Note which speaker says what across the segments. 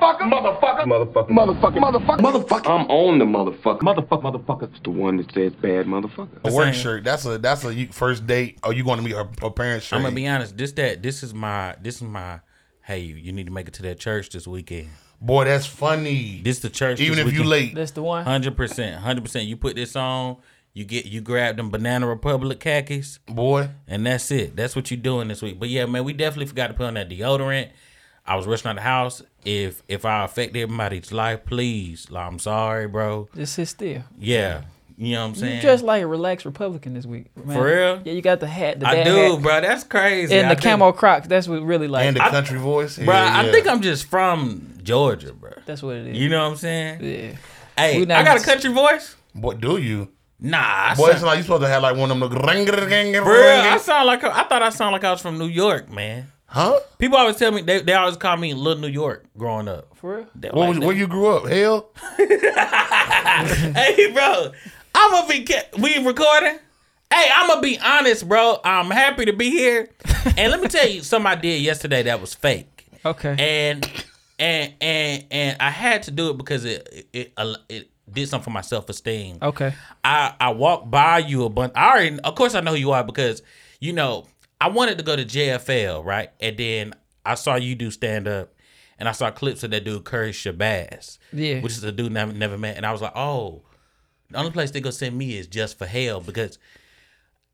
Speaker 1: motherfucker, motherfucker, motherfucker, motherfucker, motherfucker, motherfucker. I'm on the motherfucker, motherfucker, motherfucker. It's the one that says bad motherfucker.
Speaker 2: A
Speaker 3: The
Speaker 2: work
Speaker 3: same.
Speaker 2: shirt. That's a that's a you- first date. Are you going to meet her, her parents? Shirt.
Speaker 3: I'm gonna be honest. This that this is my this is my. Hey, you need to make it to that church this weekend.
Speaker 2: Boy, that's funny.
Speaker 3: This the church.
Speaker 2: Even if you late,
Speaker 4: That's the one.
Speaker 3: hundred percent, hundred percent. You put this on. You get you grab them Banana Republic khakis,
Speaker 2: boy.
Speaker 3: and that's it. That's what you doing this week. But yeah, man, we definitely forgot to put on that deodorant. I was rushing out the house. If if I affected everybody's life, please, like, I'm sorry, bro.
Speaker 4: Just sit still.
Speaker 3: Yeah, you know what I'm saying.
Speaker 4: You dressed like a relaxed Republican this week. man.
Speaker 3: For real?
Speaker 4: Yeah, you got the hat, the
Speaker 3: I
Speaker 4: dad
Speaker 3: do,
Speaker 4: hat,
Speaker 3: bro. That's crazy.
Speaker 4: and
Speaker 3: I
Speaker 4: the
Speaker 3: do.
Speaker 4: camo Crocs. That's what really like.
Speaker 2: And the country voice.
Speaker 3: bro.
Speaker 2: Yeah,
Speaker 3: I
Speaker 2: yeah.
Speaker 3: think I'm just from Georgia, bro.
Speaker 4: that's what it is.
Speaker 3: You know what I'm saying?
Speaker 4: yeah.
Speaker 3: Hey,
Speaker 4: We
Speaker 3: I
Speaker 4: not-
Speaker 3: got a country voice.
Speaker 2: What do you?
Speaker 3: Nah, I
Speaker 2: Boy, it's
Speaker 3: sound,
Speaker 2: like you supposed to have like one of them. Little ring, ring, ring, ring,
Speaker 3: Bruh, I
Speaker 2: ring.
Speaker 3: sound like I thought I sound like I was from New York, man.
Speaker 2: Huh?
Speaker 3: People always tell me they, they always call me Little New York growing up.
Speaker 4: For real?
Speaker 3: They're
Speaker 2: Where,
Speaker 3: like
Speaker 2: was- where you grew up? Hell.
Speaker 3: that. hey, bro, I'm gonna be ca- we recording. Hey, I'm gonna be honest, bro. I'm happy to be here, and let me tell you something I did yesterday that was fake.
Speaker 4: Okay.
Speaker 3: and and and and I had to do it because it it it, it did something for my self esteem.
Speaker 4: okay.
Speaker 3: I I walked by you a bunch. I already, of course, I know who you are because you know I wanted to go to JFL right, and then I saw you do stand up, and I saw clips of that dude Curry Shabazz,
Speaker 4: Yeah.
Speaker 3: which is a dude never never met, and I was like, oh, the only place they gonna send me is just for hell because.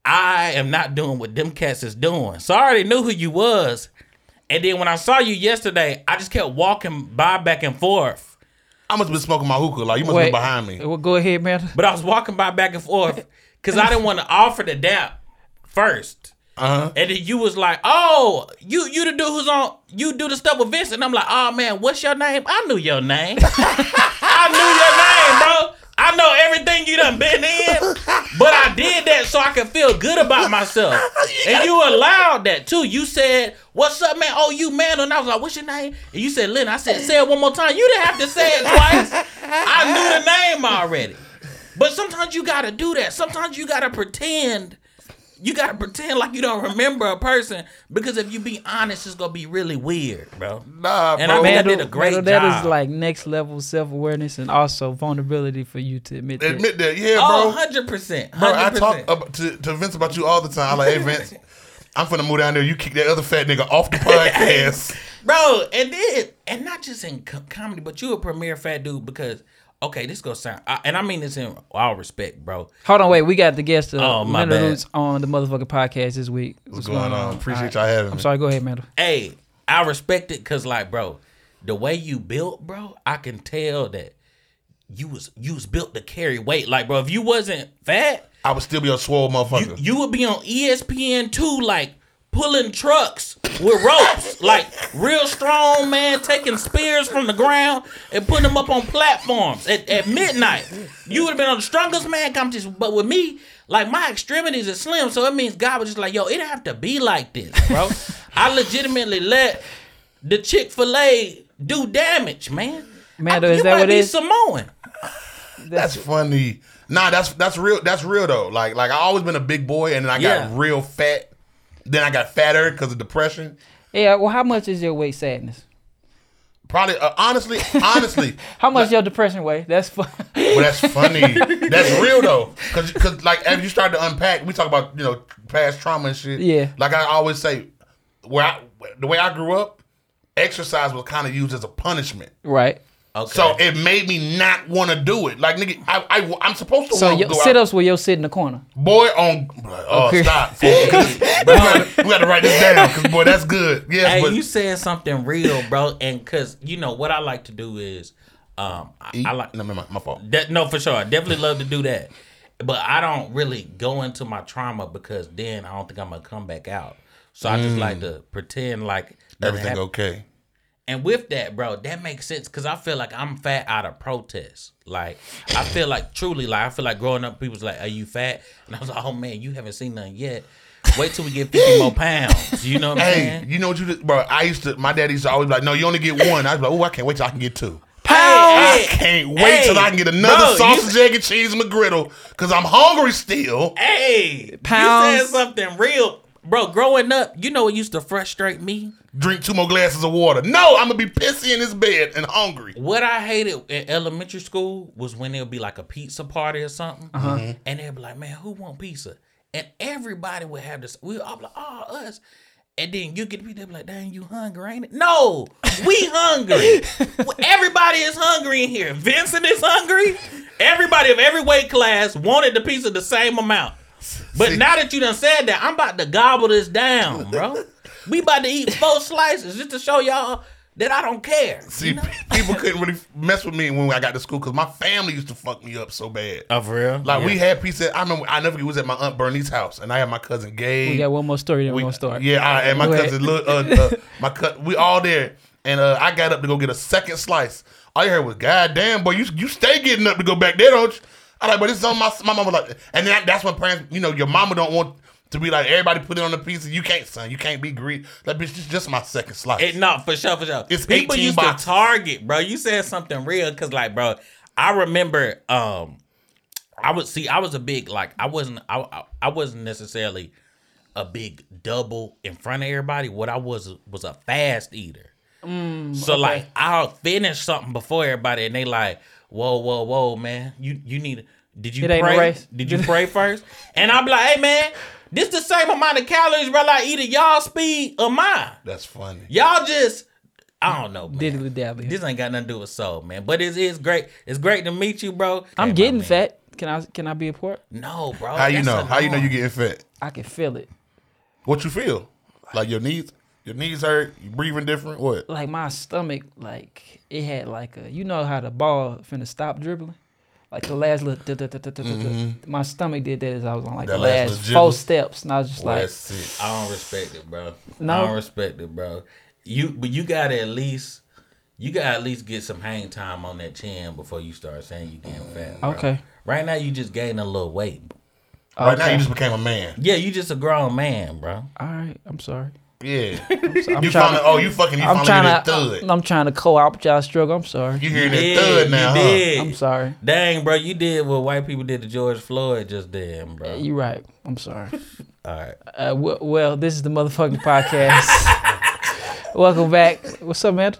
Speaker 3: I am not doing what them cats is doing. So I already knew who you was. And then when I saw you yesterday, I just kept walking by back and forth.
Speaker 2: I must have been smoking my hookah. Like you must have been behind me.
Speaker 4: Well, go ahead, man.
Speaker 3: But I was walking by back and forth because I didn't want to offer the dap first.
Speaker 2: Uh huh.
Speaker 3: And then you was like, "Oh, you you the dude who's on you do the stuff with Vince," and I'm like, "Oh man, what's your name? I knew your name. I knew your name, bro. I know everything you done been in, but I did that so I could feel good about myself. And you allowed that too. You said, "What's up, man? Oh, you man?" And I was like, "What's your name?" And you said, "Lynn." I said, "Say it one more time." You didn't have to say it twice. I knew the name already. But sometimes you gotta do that. Sometimes you gotta pretend you gotta pretend like you don't remember a person because if you be honest, it's gonna be really weird, bro.
Speaker 2: Nah,
Speaker 3: And
Speaker 2: bro.
Speaker 3: I mean,
Speaker 4: Mandel-
Speaker 3: did a great
Speaker 4: Mandel, That is
Speaker 3: job.
Speaker 4: like next level self awareness and also vulnerability for you to admit that.
Speaker 2: Admit that. Yeah,
Speaker 3: Oh,
Speaker 2: bro.
Speaker 3: 100 percent.
Speaker 2: Bro, I talk ab- to, to Vince about you all the time. I'm like, hey, Vince, I'm finna move down there. You kick that other fat nigga off the podcast.
Speaker 3: bro, and then and not just in co- comedy, but you a premier fat dude because okay, this gonna sound I, and I mean this in all respect, bro.
Speaker 4: Hold on, wait. We got the guest of
Speaker 3: Oh,
Speaker 4: oh,
Speaker 3: my
Speaker 4: Mandel
Speaker 3: bad.
Speaker 4: Roots on the motherfucking podcast this week.
Speaker 2: What's going on? Appreciate y'all having me.
Speaker 4: I'm sorry. Go ahead, Mandel.
Speaker 3: Hey, I respect it because like, bro, the way you built, bro, I can tell that you was you was built to carry weight. Like, bro, if you wasn't fat,
Speaker 2: I would still be a swole motherfucker.
Speaker 3: you, you would be on E ESPN two, like pulling trucks with ropes, like real strong man taking spears from the ground and putting them up on platforms at, at midnight. You would have been on the strongest man competition, but with me, like my extremities are slim, so it means God was just like, yo, it have to be like this, bro. I legitimately let the Chick Fil A do damage, man.
Speaker 4: Mando,
Speaker 3: I-
Speaker 4: is
Speaker 3: you
Speaker 4: that
Speaker 3: might
Speaker 4: what it
Speaker 3: be
Speaker 4: is?
Speaker 3: Samoan.
Speaker 2: That's funny. Nah, that's that's real. That's real though. Like like I always been a big boy, and then I
Speaker 3: Yeah.
Speaker 2: got real fat. Then I got fatter because of depression.
Speaker 4: Yeah. Well, how much is your weight sadness?
Speaker 2: Probably uh, honestly, honestly.
Speaker 4: How much your depression weigh? That's fun.
Speaker 2: Well, that's funny. that's real though, because like as you start to unpack, we talk about you know past trauma and shit.
Speaker 4: Yeah.
Speaker 2: Like I always say, where I, the way I grew up, exercise was kind of used as a punishment.
Speaker 4: right.
Speaker 3: Okay.
Speaker 2: So it made me not want to do it. Like nigga, I, I am supposed to.
Speaker 4: So
Speaker 2: wanna
Speaker 4: your
Speaker 2: go out-
Speaker 4: sit ups where you'll sit in the corner.
Speaker 2: Boy on. Oh,
Speaker 4: Okay.
Speaker 2: stop. fool. we, gotta, we gotta write this down because boy, that's good. Yes,
Speaker 3: Hey,
Speaker 2: but
Speaker 3: you saying something real, bro? And cause you know what I like to do is, um, I, I like
Speaker 2: No, my, my fault.
Speaker 3: that. No, for sure, I definitely love to do that. But I don't really go into my trauma because then I don't think I'm gonna come back out. So I just like to pretend like nothing
Speaker 2: Mm. Everything
Speaker 3: happened.
Speaker 2: okay?
Speaker 3: And with that, bro, that makes sense because I feel like I'm fat out of protest. Like I feel like truly, like I feel like growing up, people's like, "Are you fat?" And I was like, "Oh man, you haven't seen nothing yet. Wait till we get 50 more pounds." You know what I'm
Speaker 2: Hey,
Speaker 3: saying?
Speaker 2: you know what you did, bro? I used to. My dad used to always be like, "No, you only get one." I was like, "Oh, I can't wait till I can get two. I
Speaker 3: Hey, hey,
Speaker 2: can't wait till I can get another
Speaker 3: bro, you-
Speaker 2: sausage, egg, and cheese McGriddle because I'm hungry still."
Speaker 3: Hey, you
Speaker 4: Pounds.
Speaker 3: said something real. Bro, growing up, you know what used to frustrate me?
Speaker 2: Drink two more glasses of water. No, I'm gonna be pissy in this bed and hungry.
Speaker 3: What I hated in elementary school was when there would be like a pizza party or something, and they'd be like, "Man, who want pizza?" And everybody would have this. We all be like, "Oh, us." And then you get to be there, be like, "Dang, you hungry, ain't it?" No, we hungry. everybody is hungry in here. Vincent is hungry. Everybody of every weight class wanted the pizza the same amount. But now that you done said that, I'm about to gobble this down, bro. we about to eat four slices just to show y'all that I don't care.
Speaker 2: See, people couldn't really mess with me when I got to school because my family used to fuck me up so bad.
Speaker 5: Oh, for real?
Speaker 2: Like we had pizza. I remember I never forget, we was at my aunt Bernie's house, and I had my cousin Gabe.
Speaker 4: We got one more story, then we're
Speaker 2: We-
Speaker 4: gonna start.
Speaker 2: Yeah, I, and my
Speaker 4: Go ahead.
Speaker 2: cousin, look, uh, uh, my cu- we all there, and uh, I got up to go get a second slice. All you heard was, "God damn, boy, you you stay getting up to go back there, don't you?" I like, but it's on my my mama like, and that, that's when parents, you know, your mama don't want to be like everybody put it on the pizza. You can't, son, you can't be greedy. Like, bitch, this is just my second slice.
Speaker 3: It, no, for sure, for sure.
Speaker 2: It's
Speaker 3: People
Speaker 2: 18
Speaker 3: used
Speaker 2: boxes.
Speaker 3: to target, bro. You said something real, cause like, bro, I remember. Um, I would see. I was a big like. I wasn't. I I, I wasn't necessarily a big double in front of everybody. What I was was a fast eater.
Speaker 4: Mm,
Speaker 3: so like, I'll finish something before everybody, and they like, whoa, whoa, whoa, man, you you need. Did you
Speaker 4: It ain't no
Speaker 3: pray?
Speaker 4: race.
Speaker 3: Did you pray first? And I'm like, hey man, this the same amount of calories, bro. Like either y'all speed or mine.
Speaker 2: that's funny.
Speaker 3: Y'all just I don't know. Man.
Speaker 4: Diddly dabbly.
Speaker 3: This ain't got nothing to do with soul, man. But it is great. It's great to meet you, bro. Hey,
Speaker 4: I'm
Speaker 3: my
Speaker 4: getting
Speaker 3: man.
Speaker 4: fat. Can I can I be a port?
Speaker 3: No, bro.
Speaker 2: How you
Speaker 3: that's
Speaker 2: know? How you know you
Speaker 3: annoying.
Speaker 2: getting fat?
Speaker 4: I can feel it.
Speaker 2: What you feel? Like your knees, your knees hurt. You breathing different. What?
Speaker 4: Like my stomach, like it had like a you know how the ball finna stop dribbling? Like the last little duh, duh, duh, duh, duh, duh, duh. my stomach did that as I was on
Speaker 2: Mm-hmm.
Speaker 4: like
Speaker 2: That
Speaker 4: the
Speaker 2: last
Speaker 4: last
Speaker 2: little jiggle?
Speaker 4: four steps and I was just like
Speaker 2: That's it.
Speaker 3: I don't respect it, bro. I
Speaker 4: No?
Speaker 3: don't respect it, bro. You but you gotta at least you gotta at least get some hang time on that chin before you start saying you getting fat. bro.
Speaker 4: Okay.
Speaker 3: Right now you just gained a little weight.
Speaker 2: Right now,
Speaker 4: okay.
Speaker 2: you just became a man.
Speaker 3: Yeah, you just a grown man, bro.
Speaker 4: all right, I'm sorry.
Speaker 2: Yeah.
Speaker 4: I'm
Speaker 2: you finally,
Speaker 4: trying to
Speaker 2: oh, you fucking, you
Speaker 4: I'm
Speaker 2: finally hear
Speaker 4: trying
Speaker 2: that
Speaker 4: to
Speaker 2: thud.
Speaker 4: I'm, trying to co-opt y'all struggle. I'm sorry.
Speaker 2: You hearing
Speaker 3: Yeah,
Speaker 2: that thud now,
Speaker 3: uh, you
Speaker 2: huh?
Speaker 3: did.
Speaker 4: I'm sorry.
Speaker 3: Dang, bro, you did what white people did to George Floyd just then, bro.
Speaker 4: You're right. I'm sorry.
Speaker 3: All right.
Speaker 4: Uh, w- well, this is the motherfucking podcast. Welcome back. What's up, man?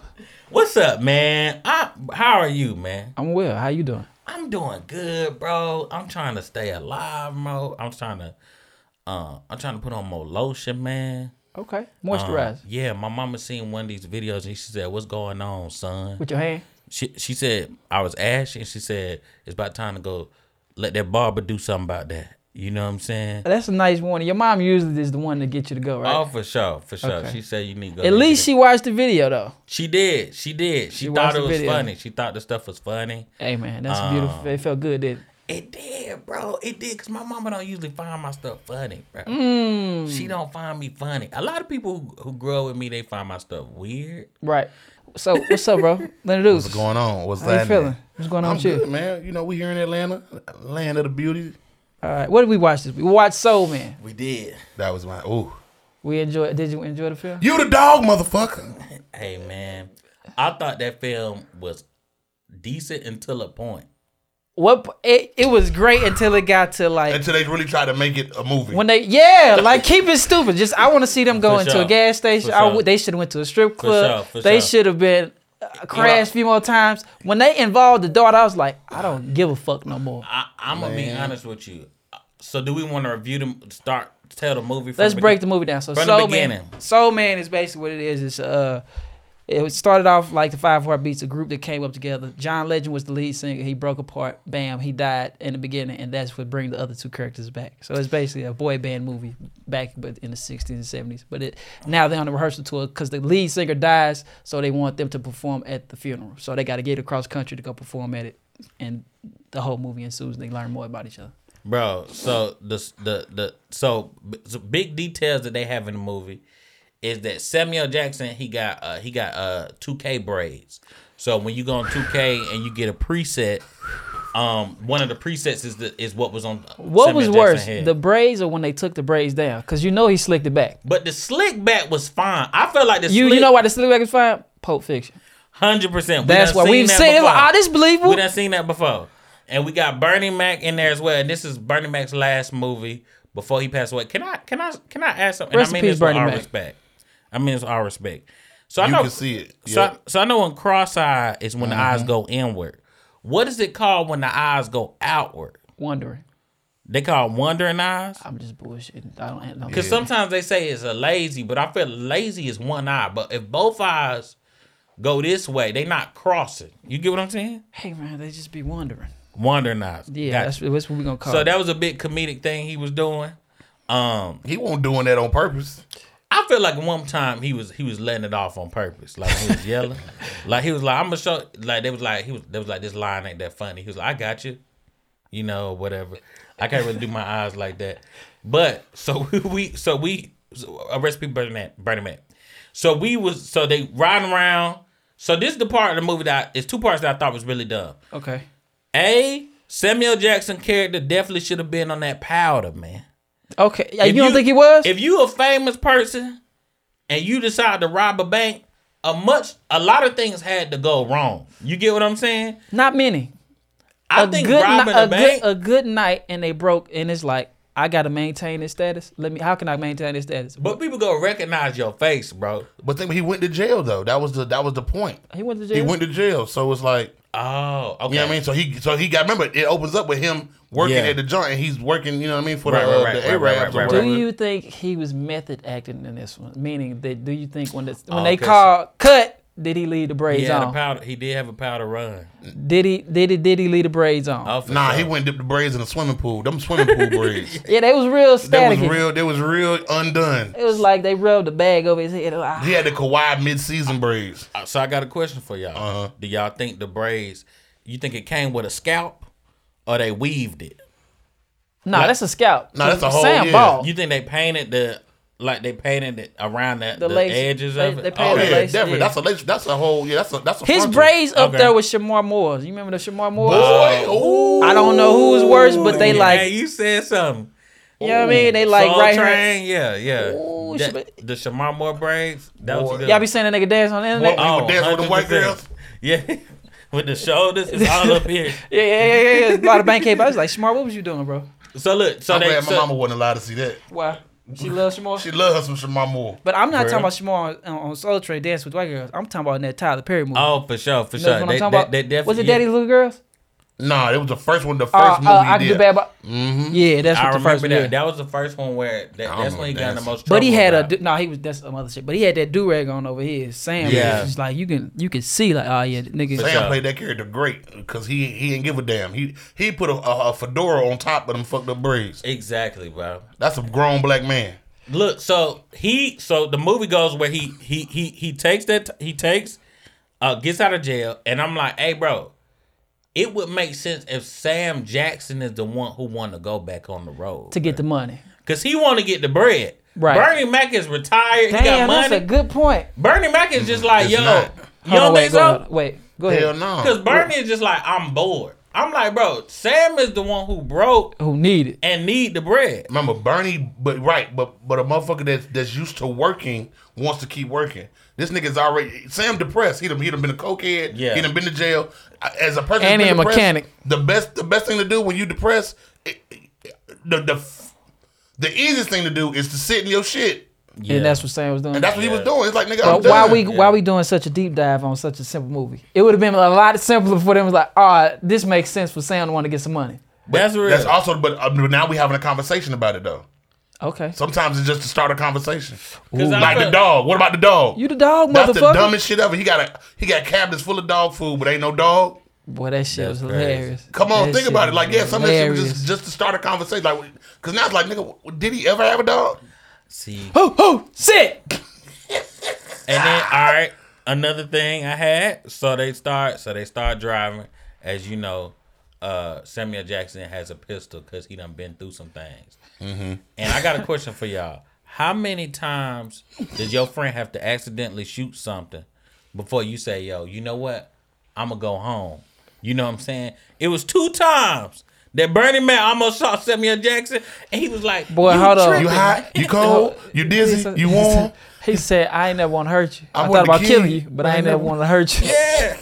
Speaker 3: What's up, man? I, how are you, man?
Speaker 4: I'm well. How you doing?
Speaker 3: I'm doing good, bro. I'm trying to stay alive, bro. I'm trying to, uh, I'm trying to put on more lotion, man.
Speaker 4: Okay.
Speaker 3: Uh,
Speaker 4: Moisturize
Speaker 3: yeah, my mama seen one of these videos and she said, "What's going on, son?"
Speaker 4: with your hand.
Speaker 3: She she said I was ashy and she said it's about time to go let that barber do something about that. You know what I'm saying?
Speaker 4: That's a nice warning. Your mom usually is the one to get you to go, right?
Speaker 3: Oh, for sure, for sure.
Speaker 4: Okay.
Speaker 3: She said you need to go.
Speaker 4: At
Speaker 3: let
Speaker 4: least
Speaker 3: that-
Speaker 4: she watched the video though.
Speaker 3: she did. She did. She,
Speaker 4: She
Speaker 3: thought
Speaker 4: watched
Speaker 3: it
Speaker 4: the
Speaker 3: was
Speaker 4: video.
Speaker 3: funny. She thought the stuff was funny.
Speaker 4: Hey man, that's beautiful. It felt good, did
Speaker 3: It did, bro. It did, cause my mama don't usually find my stuff funny, bro.
Speaker 4: Mm.
Speaker 3: She don't find me funny. A lot of people who, who grew up with me, they find my stuff weird.
Speaker 4: Right. So what's up, bro? Leonard Deuce.
Speaker 2: What's going on? What's
Speaker 4: How you
Speaker 2: that?
Speaker 4: feeling? What's going on
Speaker 2: I'm
Speaker 4: with you?
Speaker 2: good, man. You know, we here in Atlanta, land of the beauty.
Speaker 4: All right. What did we watch this week? We watched Soul Man.
Speaker 3: We did.
Speaker 2: That was my ooh.
Speaker 4: We enjoyed. Did you enjoy the film?
Speaker 2: You the dog, motherfucker.
Speaker 3: Hey man, I thought that film was decent until a point.
Speaker 4: What? p- It, it was great until it got to like
Speaker 2: Until they really tried to make it a movie.
Speaker 4: When they yeah, like keep it stupid. Just I want to see them go
Speaker 3: For
Speaker 4: into
Speaker 3: sure.
Speaker 4: a gas station.
Speaker 3: For
Speaker 4: I
Speaker 3: sure.
Speaker 4: would they should have went to a strip club.
Speaker 3: sure, for
Speaker 4: They
Speaker 3: sure.
Speaker 4: should have been uh, crashed a few more times. When they involved the daughter, I was like, I don't give a fuck no more.
Speaker 3: I, I'm gonna be honest with you. So do we want to review them? Start tell the movie. From
Speaker 4: Let's
Speaker 3: the
Speaker 4: break the
Speaker 3: begin-
Speaker 4: movie down. So
Speaker 3: From the
Speaker 4: Soul Man,
Speaker 3: beginning.
Speaker 4: Soul Man is basically what it is. It's uh, it was- started off like the Five Heartbeats, a group that came up together. John Legend was the lead singer. He broke apart. Bam, he died in the beginning, and that's what bring the other two characters back. So it's basically a boy band movie back, but in the '60s and '70s. But it now they're on the rehearsal tour because the lead singer dies, so they want them to perform at the funeral. So they got to get across country to go perform at it, and the whole movie ensues. They learn more about each other.
Speaker 3: bro. So the the the so, b- so big details that they have in the movie is that Samuel Jackson he got uh he got uh 2K braids. So when you go on 2K and you get a preset, um one of the presets is the is what was on
Speaker 4: What was worse,
Speaker 3: head.
Speaker 4: the braids or when they took the braids down? Because you know he slicked it back.
Speaker 3: But the slick back was fine. I felt like the
Speaker 4: You
Speaker 3: slick,
Speaker 4: you know why the Silly Records fine? Pulp Fiction.
Speaker 3: hundred percent.
Speaker 4: That's why we've seen it. Like, oh, this believable.
Speaker 3: We done seen that before. And we got Bernie Mac in there as well. And this is Bernie Mac's last movie before he passed away. Can I can I can I ask something?
Speaker 4: Rest
Speaker 3: I
Speaker 4: in
Speaker 3: mean
Speaker 4: peace,
Speaker 3: this with
Speaker 4: Bernie
Speaker 3: all
Speaker 4: Mac.
Speaker 3: respect. I mean it's all respect. So I
Speaker 2: You
Speaker 3: know
Speaker 2: can see it.
Speaker 3: Oh. So,
Speaker 2: Yep.
Speaker 3: so I know when cross-eyed is when the eyes
Speaker 4: Mm-hmm.
Speaker 3: go inward. What is it called when the eyes go outward?
Speaker 4: Wondering.
Speaker 3: They call it wandering eyes.
Speaker 4: I'm just bullshitting. I don't. I don't
Speaker 3: Because sometimes they say it's a lazy, but I feel lazy is one eye. But if both eyes go this way, they not crossing. You get what I'm saying?
Speaker 4: hey man, they just be wondering.
Speaker 3: Wandering eyes.
Speaker 4: Yeah,
Speaker 3: Gotcha.
Speaker 4: that's, that's what we gonna call.
Speaker 3: so
Speaker 4: it.
Speaker 3: that was a big comedic thing he was doing. Um,
Speaker 2: He wasn't doing that on purpose.
Speaker 3: I feel like one time he was he was letting it off on purpose. Like he was yelling. like he was like, I'm gonna show like they was like he was they was like this line ain't that funny. He was like, I got you. You know, whatever. I can't really do my eyes like that. But so we so we so, uh, recipe Bernie Mac Bernie Mac. So we was so they riding around. So this is the part of the movie that I, it's two parts that I thought was really dumb.
Speaker 4: okay.
Speaker 3: A Samuel Jackson character definitely should have been on that powder, man.
Speaker 4: Okay. Yeah,
Speaker 3: If
Speaker 4: you don't think he was?
Speaker 3: If you a famous person and you decide to rob a bank, a much a lot of things had to go wrong. You get what I'm saying?
Speaker 4: Not many.
Speaker 3: I
Speaker 4: a
Speaker 3: think
Speaker 4: good ni-
Speaker 3: robbing a,
Speaker 4: a,
Speaker 3: bank.
Speaker 4: good a good night and they broke and it's like I gotta maintain this status. Let me. How can I maintain this status?
Speaker 3: but people gonna recognize your face, bro.
Speaker 2: But think he went to jail though. That was the that was the point.
Speaker 4: He went to jail.
Speaker 2: He went to jail, so it's like
Speaker 3: Oh, okay.
Speaker 2: you know what I mean. So he so he got. Remember, it opens up with him working
Speaker 3: Yeah.
Speaker 2: at the joint, and he's working. You know what I mean for
Speaker 3: Right,
Speaker 2: the,
Speaker 3: right,
Speaker 2: uh,
Speaker 3: right,
Speaker 2: the
Speaker 3: right, right,
Speaker 2: Arabs or
Speaker 3: right, right,
Speaker 2: whatever.
Speaker 4: do you think he was method acting in this one? Meaning that do you think when this, when
Speaker 3: Oh,
Speaker 4: they
Speaker 3: okay, so-
Speaker 4: called cut, did he leave the
Speaker 3: He
Speaker 4: braids
Speaker 3: had a
Speaker 4: on?
Speaker 3: powder. He did have a powder run.
Speaker 4: Did he did he did he leave the braids on?
Speaker 3: Oh, for
Speaker 2: Nah,
Speaker 3: sure.
Speaker 2: he went dip the braids in the swimming pool. Them swimming pool braids.
Speaker 4: Yeah, they was real
Speaker 2: That was
Speaker 4: static.
Speaker 2: real. That was real undone.
Speaker 4: It was like they rubbed a bag over his head. Ah. Like,
Speaker 2: He had the Kawhi mid-season braids.
Speaker 3: Uh, So I got a question for y'all.
Speaker 2: Uh-huh.
Speaker 3: Do y'all think the braids? You think it came with a scalp, or they weaved it?
Speaker 4: nah, that's a scalp.
Speaker 2: Nah, that's a whole-
Speaker 4: Sam
Speaker 2: yeah.
Speaker 4: Ball.
Speaker 3: You think they painted the like they painted it around the, the,
Speaker 4: The lace.
Speaker 3: edges
Speaker 4: They-
Speaker 3: of it?
Speaker 4: they
Speaker 2: Oh
Speaker 4: painted
Speaker 2: yeah,
Speaker 4: the lace,
Speaker 2: definitely.
Speaker 4: yeah.
Speaker 2: That's a lace- that's a whole yeah. That's a that's a
Speaker 4: His
Speaker 2: frontal.
Speaker 4: braids up
Speaker 3: Okay.
Speaker 4: there with Shamar Moores. You remember the Shamar Moores?
Speaker 2: Boy, ooh.
Speaker 4: I don't know who was worse, but they
Speaker 3: Hey,
Speaker 4: like
Speaker 3: hey, you said something.
Speaker 4: you know what I mean. They like
Speaker 3: Soul
Speaker 4: right here.
Speaker 3: Train, yeah, yeah.
Speaker 4: Ooh,
Speaker 3: That-
Speaker 4: Shab-
Speaker 3: the Shamar Moore braids. That was a
Speaker 2: Boy.
Speaker 3: good.
Speaker 4: Y'all be saying that nigga dance on the internet.
Speaker 3: Oh,
Speaker 2: Boy, People dancing with them white
Speaker 3: 100%.
Speaker 2: girls?
Speaker 3: Yeah, with the shoulders, it's all up here.
Speaker 4: Yeah, yeah, yeah, yeah, yeah. A lot of bank came. I was like, Shamar, what was you doing, bro?
Speaker 3: So look, so
Speaker 2: I'm
Speaker 3: they,
Speaker 2: glad my
Speaker 3: so-
Speaker 2: mama wasn't allowed to see that.
Speaker 4: Why? She loves Shamar.
Speaker 2: She loves some Shamar Moore.
Speaker 4: But I'm not
Speaker 3: Bruh.
Speaker 4: talking about Shamar on, on Soul Train dance with white girls. I'm talking about in that Tyler Perry movie.
Speaker 3: Oh, for sure, for
Speaker 4: You know
Speaker 3: sure.
Speaker 4: what I'm
Speaker 3: They,
Speaker 4: talking about?
Speaker 3: they, they definitely
Speaker 4: was it Daddy's Little Girls?
Speaker 2: Nah, it was the first one, the first
Speaker 4: Uh,
Speaker 2: movie
Speaker 4: uh,
Speaker 2: he
Speaker 4: I can
Speaker 2: did.
Speaker 4: do bad. Bo-
Speaker 2: Mm-hmm.
Speaker 4: Yeah, that's
Speaker 3: I
Speaker 4: what the
Speaker 3: remember
Speaker 4: first one.
Speaker 3: that.
Speaker 4: yeah.
Speaker 3: That was the first one where that,
Speaker 2: I
Speaker 3: that's when he got in the
Speaker 2: remember
Speaker 3: most.
Speaker 4: But he
Speaker 3: trouble
Speaker 4: had
Speaker 3: about
Speaker 4: a
Speaker 3: it.
Speaker 4: no. he was that's some other shit. But he had that do rag on over his Sam.
Speaker 3: Yeah.
Speaker 4: Yeah, was just like you can you can see like oh yeah, nigga.
Speaker 2: Sam
Speaker 3: sure.
Speaker 2: played that character great because he he didn't give a damn. He he put a, a, a fedora on top of them fucked up braids.
Speaker 3: exactly, bro.
Speaker 2: That's a grown black man.
Speaker 3: Look, so he so the movie goes where he he he he takes that he takes uh gets out of jail and I'm like, "Hey bro, it would make sense if Sam Jackson is the one who want to go back on the road
Speaker 4: to get the money.
Speaker 3: cuz he want to get the bread.
Speaker 4: Right.
Speaker 3: Bernie Mac is retired, he got
Speaker 4: Damn, that's
Speaker 3: money.
Speaker 4: a good point.
Speaker 3: Bernie Mac is just like,
Speaker 2: It's
Speaker 3: "Yo,
Speaker 2: not.
Speaker 3: you
Speaker 4: Hold
Speaker 3: don't
Speaker 4: on,
Speaker 3: think
Speaker 4: wait,
Speaker 3: so?"
Speaker 4: go, wait, go ahead.
Speaker 2: Hell
Speaker 3: Cuz
Speaker 2: no.
Speaker 3: Bernie is just like, "I'm bored." I'm like, "Bro, Sam is the one who broke
Speaker 4: Who need it?
Speaker 3: and need the bread."
Speaker 2: Remember Bernie, but right, but but a motherfucker that's that's used to working wants to keep working. This nigga's already Sam depressed. He done he done been a cokehead.
Speaker 3: Yeah.
Speaker 2: He done been to jail. As a person,
Speaker 4: And
Speaker 2: that's been
Speaker 4: he a
Speaker 2: depressed,
Speaker 4: mechanic.
Speaker 2: The best the best thing to do when you depressed, it, it- the the the easiest thing to do is to sit in your shit.
Speaker 3: Yeah.
Speaker 4: And that's what Sam was doing.
Speaker 2: And that's what he was doing. It's like nigga, I'm
Speaker 4: But why
Speaker 2: done.
Speaker 4: we why we doing such a deep dive on such a simple movie? It would have been a lot simpler for them. Like, all right, this makes sense for Sam to want to get some money.
Speaker 3: that's real.
Speaker 2: That's also, but uh, but now we having a conversation about it though.
Speaker 4: Okay,
Speaker 2: Sometimes it's just to start a conversation.
Speaker 3: 'Cause I
Speaker 2: Like
Speaker 3: feel-
Speaker 2: the dog. What about the dog?
Speaker 4: you the dog,
Speaker 2: That's the
Speaker 4: motherfucker.
Speaker 2: dumbest shit ever. He got a he got cabinets full of dog food, but ain't no dog.
Speaker 4: Boy, that shit was
Speaker 3: crazy.
Speaker 4: hilarious.
Speaker 2: Come on,
Speaker 4: That
Speaker 2: think
Speaker 4: shit
Speaker 2: about it. Like yeah, some of that shit was
Speaker 4: hilarious.
Speaker 2: just just to start a conversation. Like, cause now it's like nigga, did he ever have a dog?
Speaker 3: See.
Speaker 4: Who who sit?
Speaker 3: And then, all right, another thing I had. So they start. So they start driving. As you know, uh, Samuel Jackson has a pistol because he done been through some things. And I got a question for y'all. How many times does your friend have to accidentally shoot something before you say, "Yo, you know what? I'ma go home." You know what I'm saying? It was two times that Bernie Mac almost shot Samuel Jackson, and he was like,
Speaker 4: Boy,
Speaker 3: you
Speaker 4: hold up.
Speaker 2: You
Speaker 3: tripping."
Speaker 2: hot? You cold? You dizzy? You
Speaker 4: He
Speaker 2: warm?
Speaker 4: said- He said, "I ain't never want to hurt you. I,
Speaker 2: wanted
Speaker 4: thought
Speaker 2: to
Speaker 4: about
Speaker 2: kill
Speaker 4: killing
Speaker 2: you,
Speaker 4: you, but I ain't never want to hurt you."
Speaker 3: Yeah.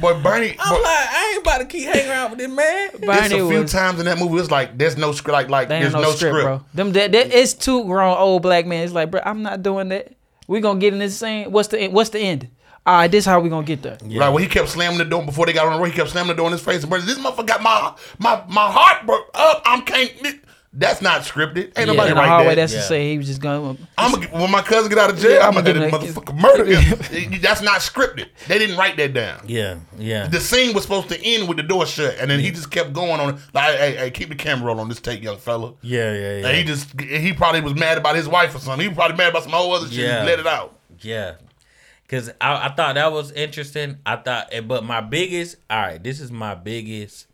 Speaker 2: But Bernie,
Speaker 3: I'm
Speaker 2: but-
Speaker 3: like, I ain't about to keep hanging around with this man.
Speaker 4: Bernie
Speaker 2: It's a few
Speaker 4: was-
Speaker 2: times in that movie. It's like there's no script. Like like
Speaker 4: There
Speaker 2: there's
Speaker 4: ain't
Speaker 2: no, script.
Speaker 4: bro. Them that, that it's two grown old black men. It's like, bro, I'm not doing that. We gonna get in this scene. What's the what's the end? All right, this how we gonna get there.
Speaker 2: Like when he kept slamming the door before they got on the road, he kept slamming the door in his face. And brother, this motherfucker got my my my heart broke up. I'm can't. thi- That's not scripted. Ain't nobody
Speaker 4: in the
Speaker 2: right
Speaker 4: hallway,
Speaker 2: there.
Speaker 4: that's
Speaker 3: Yeah.
Speaker 4: to say he was just going.
Speaker 2: I'm gonna, when my cousin get out of jail,
Speaker 4: Yeah,
Speaker 2: I'm gonna
Speaker 4: I'ma
Speaker 2: do
Speaker 4: do
Speaker 2: this motherfucker murder him. That's not scripted. They didn't write that down.
Speaker 3: Yeah, yeah.
Speaker 2: The scene was supposed to end with the door shut, and then he just kept going on. it. Like, hey, hey, keep the camera roll on this take, young fella.
Speaker 3: Yeah, yeah,
Speaker 2: And he just he probably was mad about his wife or something. He was probably mad about some whole other shit.
Speaker 3: Yeah.
Speaker 2: He let it out.
Speaker 3: Yeah. Cause I, I thought that was interesting. I thought eh, but my biggest all right, this is my biggest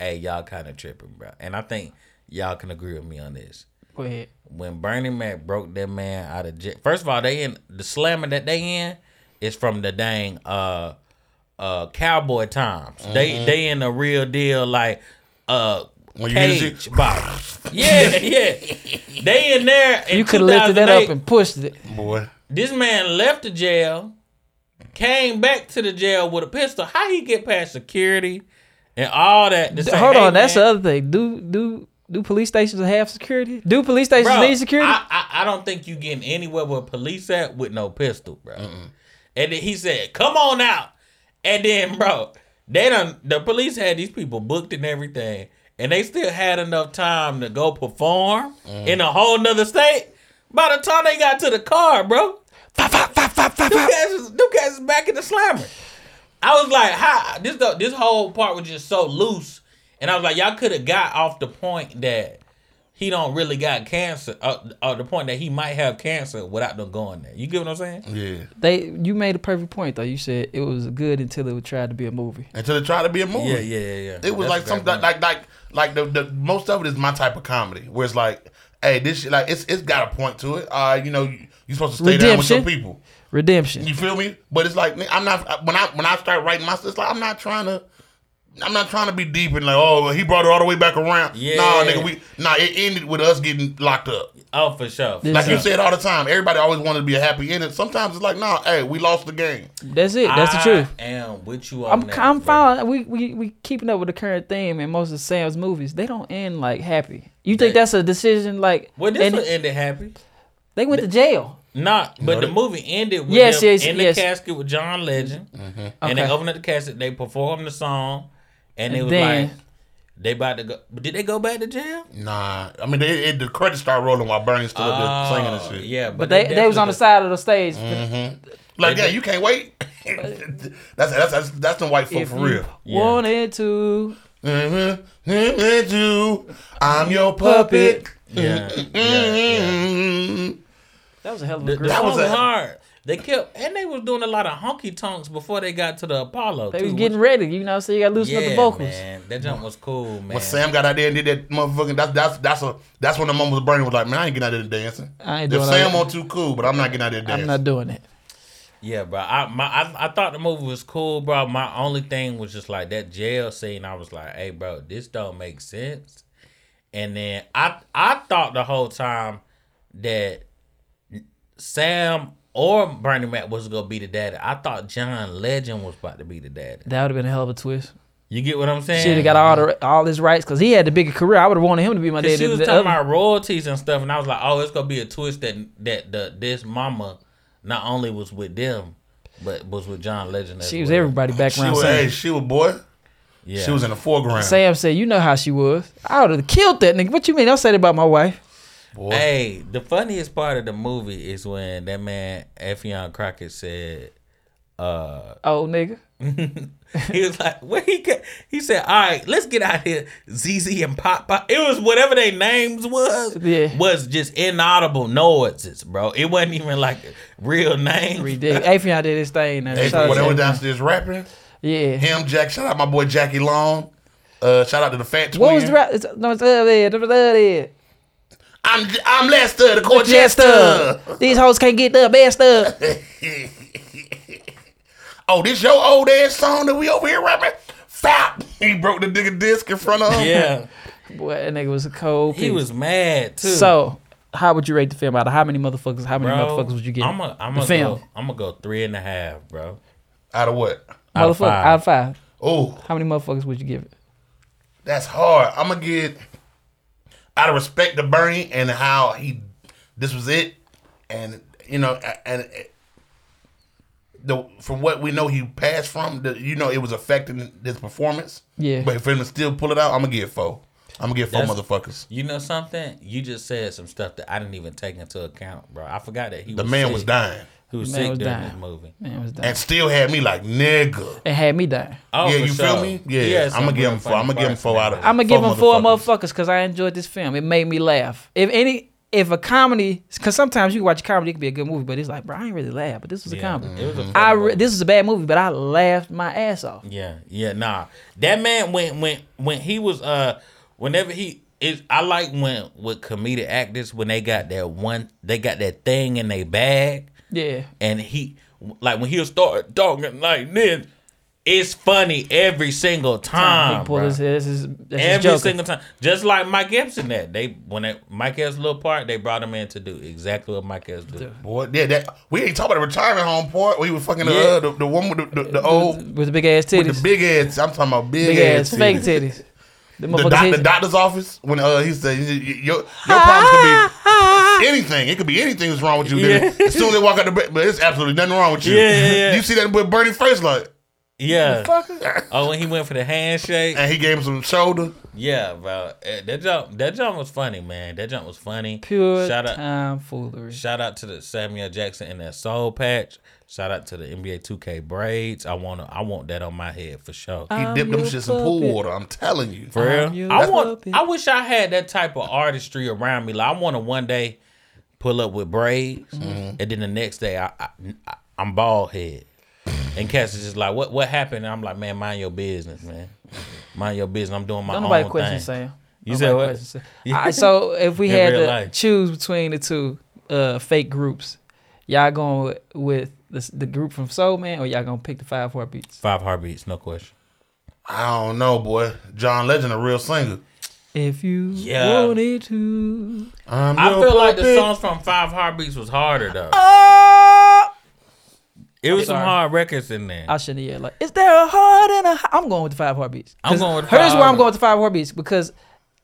Speaker 3: hey, y'all kinda tripping, bro. And I think y'all can agree with me on this.
Speaker 4: Go ahead.
Speaker 3: When Bernie Mac broke that man out of jail first of all, they in the slammer that they in is from the dang uh uh cowboy times. They they in the real deal like uh
Speaker 2: When you hear the
Speaker 3: cage box. yeah, yeah. They in there in
Speaker 4: You could have lifted that
Speaker 3: 2008
Speaker 4: up and pushed it.
Speaker 2: Boy,
Speaker 3: this man left the jail, came back to the jail with a pistol. How he get past security and all that? to say,
Speaker 4: Hold
Speaker 3: "Hey,
Speaker 4: on, that's the
Speaker 3: man,
Speaker 4: other thing. Do do do police stations have security? Do police stations
Speaker 3: bro,
Speaker 4: need security?
Speaker 3: I, I, I don't think you getting anywhere with police at with no pistol, bro. And then he said, "Come on out." And then, bro, they done the police had these people booked and everything, and they still had enough time to go perform in a whole nother state. By the time they got to the car, bro, Them cats is- them cats is back in the slammer. I was like, how this the- this whole part was just so loose, and I was like, y'all could have got off the point that he don't really got cancer, uh, or the point that he might have cancer without them going there. You get what I'm saying?
Speaker 2: yeah.
Speaker 4: they you made a perfect point though. You said it was good until it was tried to be a movie.
Speaker 2: Until they tried to be a movie.
Speaker 3: yeah.
Speaker 2: It was like something like like like the, the most of it is my type of comedy where it's like, hey, this shit like it's it's got a point to it. Uh, you know, you, you're supposed to stay down with your
Speaker 4: Redemption.
Speaker 2: people.
Speaker 4: Redemption.
Speaker 2: You feel me? But it's like I'm not when I when I start writing my it's like I'm not trying to. I'm not trying to be deep and like, oh, he brought it all the way back around.
Speaker 3: Yeah.
Speaker 2: Nah, nigga, we nah. It ended with us getting locked up.
Speaker 3: oh, for sure. for
Speaker 4: This-
Speaker 2: Like
Speaker 3: sure.
Speaker 2: you said all the time, everybody always wanted to be a happy ending. Sometimes it's like, nah, hey, we lost the game.
Speaker 4: That's it. That's the truth.
Speaker 3: I am with you. On
Speaker 4: I'm
Speaker 3: that,
Speaker 4: I'm
Speaker 3: bro.
Speaker 4: fine. We, we we keeping up with the current theme in most of Sam's movies. They don't end like happy. You think
Speaker 3: They-
Speaker 4: that's a decision like
Speaker 3: Well, this
Speaker 4: and
Speaker 3: one ended happy.
Speaker 4: they went to jail.
Speaker 3: Nah, but
Speaker 2: know
Speaker 3: the
Speaker 2: that-
Speaker 3: movie ended with
Speaker 4: Yes,
Speaker 3: them
Speaker 4: yes,
Speaker 3: in
Speaker 4: yes.
Speaker 3: the casket with John Legend,
Speaker 2: Mm-hmm.
Speaker 3: and they
Speaker 4: Okay.
Speaker 3: opened up the casket. They performed the song, and it
Speaker 4: And
Speaker 3: was
Speaker 4: then-
Speaker 3: like they about to go. But did they go back to jail?
Speaker 2: Nah, I mean, they, it, the credits start rolling while Bernie's still up there singing and
Speaker 3: Oh,
Speaker 2: shit.
Speaker 3: Yeah,
Speaker 4: But they, they was on
Speaker 3: definitely-
Speaker 4: the
Speaker 3: Mm.
Speaker 4: side of the stage.
Speaker 2: Like, yeah, you can't wait. that's, that's that's that's the white folk
Speaker 4: If
Speaker 2: for
Speaker 4: you
Speaker 2: real.
Speaker 4: wanted to,
Speaker 2: Mhm, mhm, you, I'm your puppet. Mm-hmm.
Speaker 3: Yeah, yeah, yeah.
Speaker 2: Mhm.
Speaker 4: that was a hell of a
Speaker 3: The,
Speaker 4: group.
Speaker 3: the song was
Speaker 2: was a-
Speaker 3: hard. They kept and they was doing a lot of honky tonks before they got to the Apollo.
Speaker 4: they
Speaker 3: too,
Speaker 4: was getting ready, you know. So you got to loosen
Speaker 3: yeah,
Speaker 4: up the vocals.
Speaker 3: Man, that jump was cool, man.
Speaker 2: When Sam got out there and did that motherfucking, that's that's that's a that's when the moment Bernie was like, man, I ain't getting out there dancing.
Speaker 4: I ain't
Speaker 2: If
Speaker 4: doing
Speaker 2: Sam
Speaker 4: all
Speaker 2: on too cool, but I'm not getting out there
Speaker 4: I'm
Speaker 2: dancing.
Speaker 4: not doing it.
Speaker 3: Yeah, bro. I my I, I thought the movie was cool, bro. My only thing was just like that jail scene. I was like, hey, bro, this don't make sense. And then I I thought the whole time that Sam or Bernie Mac was gonna be the daddy. I thought John Legend was about to be the daddy.
Speaker 4: That would have been a hell of a twist.
Speaker 3: You get what I'm saying?
Speaker 4: Should have got all the all his rights because he had the bigger career. I would have wanted him to be my
Speaker 3: 'Cause
Speaker 4: daddy.
Speaker 3: she was
Speaker 4: The
Speaker 3: talking
Speaker 4: other-
Speaker 3: about royalties and stuff, and I was like, oh, it's gonna be a twist that that the this mama not only was with them, but was with John Legend. As
Speaker 4: she was
Speaker 3: well.
Speaker 4: everybody
Speaker 2: She
Speaker 4: background
Speaker 2: was,
Speaker 4: singer.
Speaker 2: hey, she was boy.
Speaker 3: Yeah.
Speaker 2: She was in the foreground.
Speaker 4: Sam said, "You know how she was. I would have killed that nigga. What you mean? Don't say that about my wife."
Speaker 2: boy.
Speaker 3: Hey, the funniest part of the movie is when that man Effion Crockett said uh
Speaker 4: Oh nigga.
Speaker 3: he was like, "Where he ca-? he said, all right, let's get out here." ZZ and Pop Pop, it was whatever their names was,
Speaker 4: Yeah.
Speaker 3: was just inaudible noises, bro. It wasn't even like real
Speaker 4: He
Speaker 3: names.
Speaker 4: did. Afion did his thing. Now.
Speaker 2: Hey,
Speaker 4: Shout out
Speaker 2: when
Speaker 4: to
Speaker 2: they were
Speaker 4: Afion.
Speaker 2: downstairs rapping,
Speaker 4: yeah.
Speaker 2: him, Jack, shout out my boy Jackie Long. Uh, shout out to the fat twin.
Speaker 4: What was the rap? It's, no, it's uh, yeah, da- da- da- da-
Speaker 2: I'm I'm Lester, the
Speaker 4: da. Just
Speaker 2: Corchester.
Speaker 4: up. These hoes can't get the best up.
Speaker 2: Oh, this your old ass song that we over here rapping? Fap. He broke the nigga disc in front of him.
Speaker 3: Yeah,
Speaker 4: Boy, that nigga was a cold.
Speaker 3: he
Speaker 4: piece.
Speaker 3: was mad too.
Speaker 4: So, how would you rate the film? Out of how many motherfuckers? How many
Speaker 3: bro,
Speaker 4: motherfuckers would you give?
Speaker 3: I'm a, I'm
Speaker 4: the
Speaker 3: a
Speaker 4: film.
Speaker 3: Go, I'm gonna go three and a half, bro.
Speaker 2: Out of what?
Speaker 4: Motherfucker,
Speaker 3: five.
Speaker 4: out of five.
Speaker 2: Oh,
Speaker 4: How many motherfuckers would you give it?
Speaker 2: that's hard. I'm gonna get out of respect to Bernie and how he this was it, and you know, a- and uh, the from what we know he passed from, the, you know, it was affecting his performance.
Speaker 4: Yeah.
Speaker 2: but for him to still pull it out, I'm gonna get four. I'm gonna get four
Speaker 3: That's-
Speaker 2: motherfuckers.
Speaker 3: You know something? You just said some stuff that I didn't even take into account, bro. I forgot that he
Speaker 2: The
Speaker 3: was
Speaker 2: man
Speaker 3: sick.
Speaker 2: was dying
Speaker 3: He was
Speaker 4: The man
Speaker 3: sick
Speaker 4: was
Speaker 3: during
Speaker 4: dying.
Speaker 3: this movie.
Speaker 4: Man, it was dying.
Speaker 2: and still had me like nigga.
Speaker 4: It had me dying.
Speaker 3: Oh,
Speaker 2: yeah,
Speaker 3: for
Speaker 2: you
Speaker 3: sure.
Speaker 2: feel me? Yeah,
Speaker 3: He had
Speaker 2: I'm
Speaker 3: some
Speaker 2: gonna give
Speaker 3: real
Speaker 2: him four. I'm gonna
Speaker 3: funny
Speaker 2: give him
Speaker 3: parts
Speaker 2: four
Speaker 3: in
Speaker 2: out
Speaker 3: that
Speaker 2: of.
Speaker 4: I'm gonna give him four
Speaker 2: motherfuckers.
Speaker 4: motherfuckers because I enjoyed this film. It made me laugh. If any, if a comedy, because sometimes you watch a comedy, it could be a good movie, but it's like, bro, I ain't really laugh. But this was a
Speaker 3: Yeah,
Speaker 4: comedy.
Speaker 2: Mm.
Speaker 3: it was a funny
Speaker 4: I re-
Speaker 3: movie.
Speaker 4: this is a bad movie, but I laughed my ass off.
Speaker 3: Yeah, yeah, nah. That man when when when he was uh whenever he is I like when with comedic actors when they got that one they got that thing in their bag
Speaker 4: Yeah,
Speaker 3: and he like when he'll start talking like this, it's funny every single time.
Speaker 4: he pulled
Speaker 3: bruh.
Speaker 4: his head. This is that's his
Speaker 3: Every
Speaker 4: Joker.
Speaker 3: single time, just like Mike Epson, that they when they, Mike Epps little part, they brought him in to do exactly what Mike Epps do.
Speaker 2: Boy, yeah, that we ain't talking about the retirement home part. We was fucking the,
Speaker 3: Yeah.
Speaker 2: uh, the the one with the, the, the old
Speaker 4: with the big ass titties,
Speaker 2: the big ass. I'm talking about big,
Speaker 4: big ass
Speaker 2: ass,
Speaker 4: fake
Speaker 2: titties.
Speaker 4: titties. The
Speaker 2: The,
Speaker 4: motherfuckers
Speaker 2: doc,
Speaker 4: hit-
Speaker 2: the doctor's office when uh, he said y- y- your your problems
Speaker 4: Ah!
Speaker 2: could be anything. It could be anything that's wrong with you. nigga. As soon as they walk out the bed, but it's absolutely nothing wrong with you.
Speaker 3: Yeah, yeah, yeah.
Speaker 2: you see that with Bernie face like,
Speaker 3: Yeah.
Speaker 4: Fucker.
Speaker 3: Oh, when he went for the handshake.
Speaker 2: and he gave him some shoulder.
Speaker 3: Yeah, bro. Eh, That jump, that jump was funny, man. That jump was funny.
Speaker 4: Pure
Speaker 3: shout out,
Speaker 4: time foolery.
Speaker 3: shout out to the Samuel Jackson and that soul patch. Shout out to the NBA 2K braids. I wanna, I want that on my head for sure.
Speaker 2: He
Speaker 4: I'm
Speaker 2: dipped them
Speaker 4: your
Speaker 2: shits in pool
Speaker 4: puppet.
Speaker 2: water. I'm telling you.
Speaker 3: For
Speaker 4: I'm
Speaker 3: real,
Speaker 4: your
Speaker 3: I want.
Speaker 4: puppet.
Speaker 3: I wish I had that type of artistry around me. Like I want to one day pull up with braids, and then the next day I, I, I I'm bald head. And Cass is just like, what what happened? And I'm like, man, mind your business, man. Mind your business. I'm doing my
Speaker 4: Don't
Speaker 3: own
Speaker 4: nobody
Speaker 3: thing.
Speaker 4: question Sam.
Speaker 3: You
Speaker 4: Nobody
Speaker 3: said what?
Speaker 4: question Sam. Alright, so if we
Speaker 3: In
Speaker 4: had
Speaker 3: real
Speaker 4: to
Speaker 3: life.
Speaker 4: choose between the two uh, fake groups, y'all going with, with the, the group from Soul Man, or y'all gonna pick the Five Heartbeats?
Speaker 3: Five heartbeats, no question.
Speaker 2: I don't know, boy. John Legend, a real singer.
Speaker 4: If you
Speaker 3: Yeah.
Speaker 4: wanted to,
Speaker 2: I'm
Speaker 3: I
Speaker 2: your
Speaker 3: feel like the
Speaker 2: puppet.
Speaker 3: songs from Five Heartbeats was harder though. Oh! It was some
Speaker 4: sorry.
Speaker 3: hard records in there.
Speaker 4: I shouldn't have. Like, is there a heart and a? h-" I'm going with the Five Heartbeats.
Speaker 3: I'm
Speaker 4: 'Cause
Speaker 3: going with the
Speaker 4: Here's
Speaker 3: Five
Speaker 4: why I'm
Speaker 3: Heartbeats.
Speaker 4: going with the Five Heartbeats because,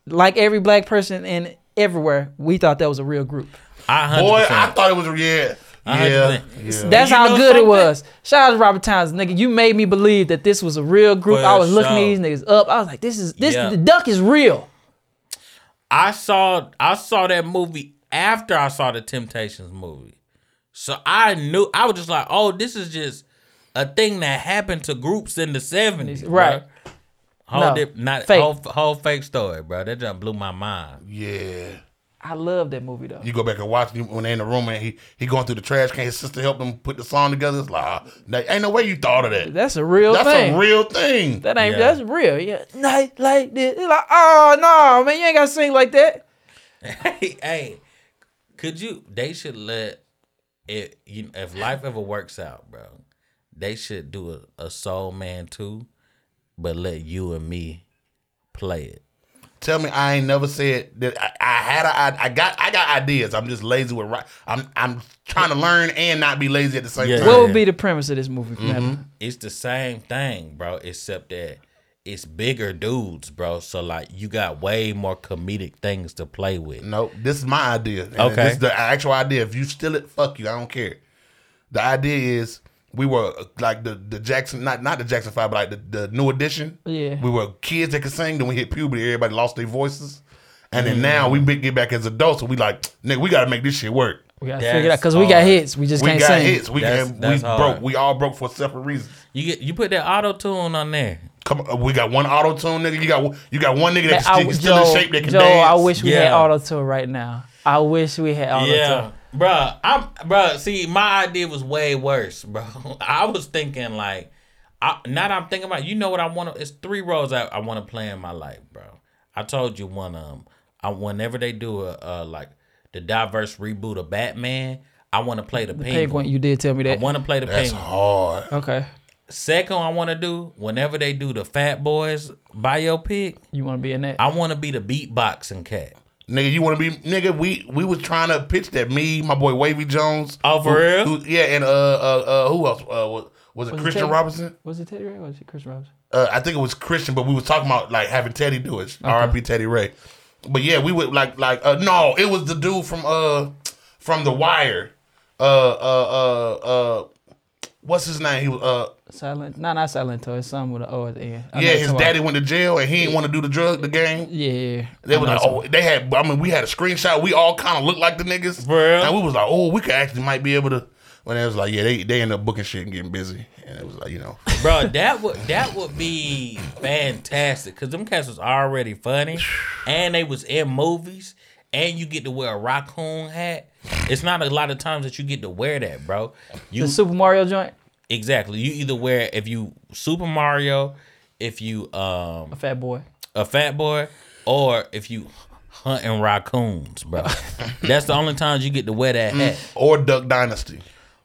Speaker 4: like every black person in everywhere, we thought that was a real group.
Speaker 3: I 100%.
Speaker 2: Boy, I thought it was yeah, yeah.
Speaker 3: 100%.
Speaker 2: yeah.
Speaker 4: That's
Speaker 3: You
Speaker 4: how
Speaker 3: know
Speaker 4: good it
Speaker 3: something?
Speaker 4: was. Shout out to Robert Townsend, nigga. You made me believe that this was a real group.
Speaker 3: For
Speaker 4: I was looking
Speaker 3: sure.
Speaker 4: these niggas up. I was like, this is this
Speaker 3: Yeah.
Speaker 4: the duck is real.
Speaker 3: I saw I saw that movie after I saw the Temptations movie. So I knew I was just like, oh, this is just a thing that happened to groups in the seventies.
Speaker 4: Right.
Speaker 3: Whole
Speaker 4: No,
Speaker 3: dip- not
Speaker 4: fake.
Speaker 3: whole whole fake story, bro. That just blew my mind.
Speaker 2: Yeah.
Speaker 4: I love that movie though.
Speaker 2: You go back and watch him when they in the room and he he going through the trash can. His sister helped him put the song together. It's like, ah, nah, ain't no way you thought of that.
Speaker 4: That's a real
Speaker 2: That's
Speaker 4: thing.
Speaker 2: a real thing.
Speaker 4: that ain't
Speaker 3: Yeah.
Speaker 4: that's real. Yeah. Night like this. It's like, oh no, man, you ain't gotta sing like that.
Speaker 3: hey, hey, could you? They should let if you if life ever works out, bro. They should do a, a Soul Man too, but let you and me play it.
Speaker 2: Tell me, I ain't never said that. I, I had a, I, I got I got ideas. I'm just lazy with right. I'm I'm trying to learn and not be lazy at the same
Speaker 3: Yeah.
Speaker 2: time.
Speaker 4: What would be the premise of this movie? mm
Speaker 3: it's the same thing, bro, except that it's bigger dudes, bro. So like you got way more comedic things to play with.
Speaker 2: Nope, this is my idea. And
Speaker 3: Okay.
Speaker 2: This is the actual idea. If you steal it, fuck you. I don't care. The idea is we were uh, like the, the Jackson, not not the Jackson Five, but like the, the new edition.
Speaker 4: Yeah.
Speaker 2: We were kids that could sing. Then we hit puberty. Everybody lost their voices. And
Speaker 3: Mm-hmm.
Speaker 2: then now we big- get back as adults, and we like, nigga, we gotta make this shit work.
Speaker 4: We gotta
Speaker 3: That's
Speaker 4: figure it out because we got
Speaker 3: hard.
Speaker 4: hits. We just
Speaker 2: We
Speaker 4: can't
Speaker 2: got
Speaker 4: sing.
Speaker 2: hits. We
Speaker 3: That's-
Speaker 2: can,
Speaker 3: that's
Speaker 2: we
Speaker 3: hard.
Speaker 2: broke. We all broke for separate reasons.
Speaker 3: You get you put that auto tune on there.
Speaker 2: Come on, we got one auto tune nigga. You got one- you got one nigga
Speaker 4: Man,
Speaker 2: that can
Speaker 4: I,
Speaker 2: still, still
Speaker 4: Joe,
Speaker 2: in shape that can
Speaker 4: Joe,
Speaker 2: dance.
Speaker 4: I wish we had
Speaker 3: Yeah.
Speaker 4: auto tune right now. I wish we had auto tune.
Speaker 3: Bruh, I'm bruh, see, my idea was way worse, bro. I was thinking like I now that I'm thinking about you know what I wanna it's three roles I, I wanna play in my life, bro. I told you one of 'em. I whenever they do a uh like the diverse reboot of Batman, I wanna play the, penguin.
Speaker 4: Penguin, you did tell me
Speaker 3: I
Speaker 4: that.
Speaker 3: wanna play the
Speaker 2: That's
Speaker 3: penguin.
Speaker 2: hard.
Speaker 4: Okay.
Speaker 3: Second, I want to do whenever they do the Fat Boys biopic,
Speaker 4: You wanna be in that?
Speaker 3: I want to be the beatboxing cat.
Speaker 2: Nigga, you want to be nigga? We we was trying to pitch that. Me, my boy Wavy Jones.
Speaker 3: Oh, for
Speaker 2: who-
Speaker 3: real?
Speaker 2: who- yeah, and uh, uh, uh who else? Uh, wa- Was it
Speaker 4: Was it
Speaker 2: Christian
Speaker 4: Teddy?
Speaker 2: Robinson?
Speaker 4: Was it Teddy Ray or was it Chris Robinson?
Speaker 2: Uh, I think it was Christian, but we was talking about like having Teddy do it. R.I.P. Teddy Ray. But yeah, we would like like uh, no, it was the dude from uh from The Wire. Uh uh uh uh, what's his name? He was uh
Speaker 4: Silent? No, not Silent Toy. It's something with an O at the end. I know
Speaker 2: yeah,
Speaker 4: what
Speaker 2: his
Speaker 4: you're talking
Speaker 2: daddy went to jail and he didn't want to do the drug the game.
Speaker 4: about. Yeah, yeah.
Speaker 2: They were like, oh, they had. I mean, we had a screenshot. We all kind of looked like the niggas,
Speaker 3: For real?
Speaker 2: and we was like, oh, we could actually might be able to. When it was like, yeah, they they end up booking shit and getting busy, and it was like, you know,
Speaker 3: Bro, that would that would be fantastic because them cats was already funny, and they was in movies, and you get to wear a raccoon hat. It's not a lot of times that you get to wear that, bro. You
Speaker 4: The Super Mario joint?
Speaker 3: exactly. You either wear if you Super Mario, if you um
Speaker 4: Fat Boy.
Speaker 3: a fat boy, or if you hunting raccoons, bro. That's the only times you get to wear that hat
Speaker 2: or Duck Dynasty.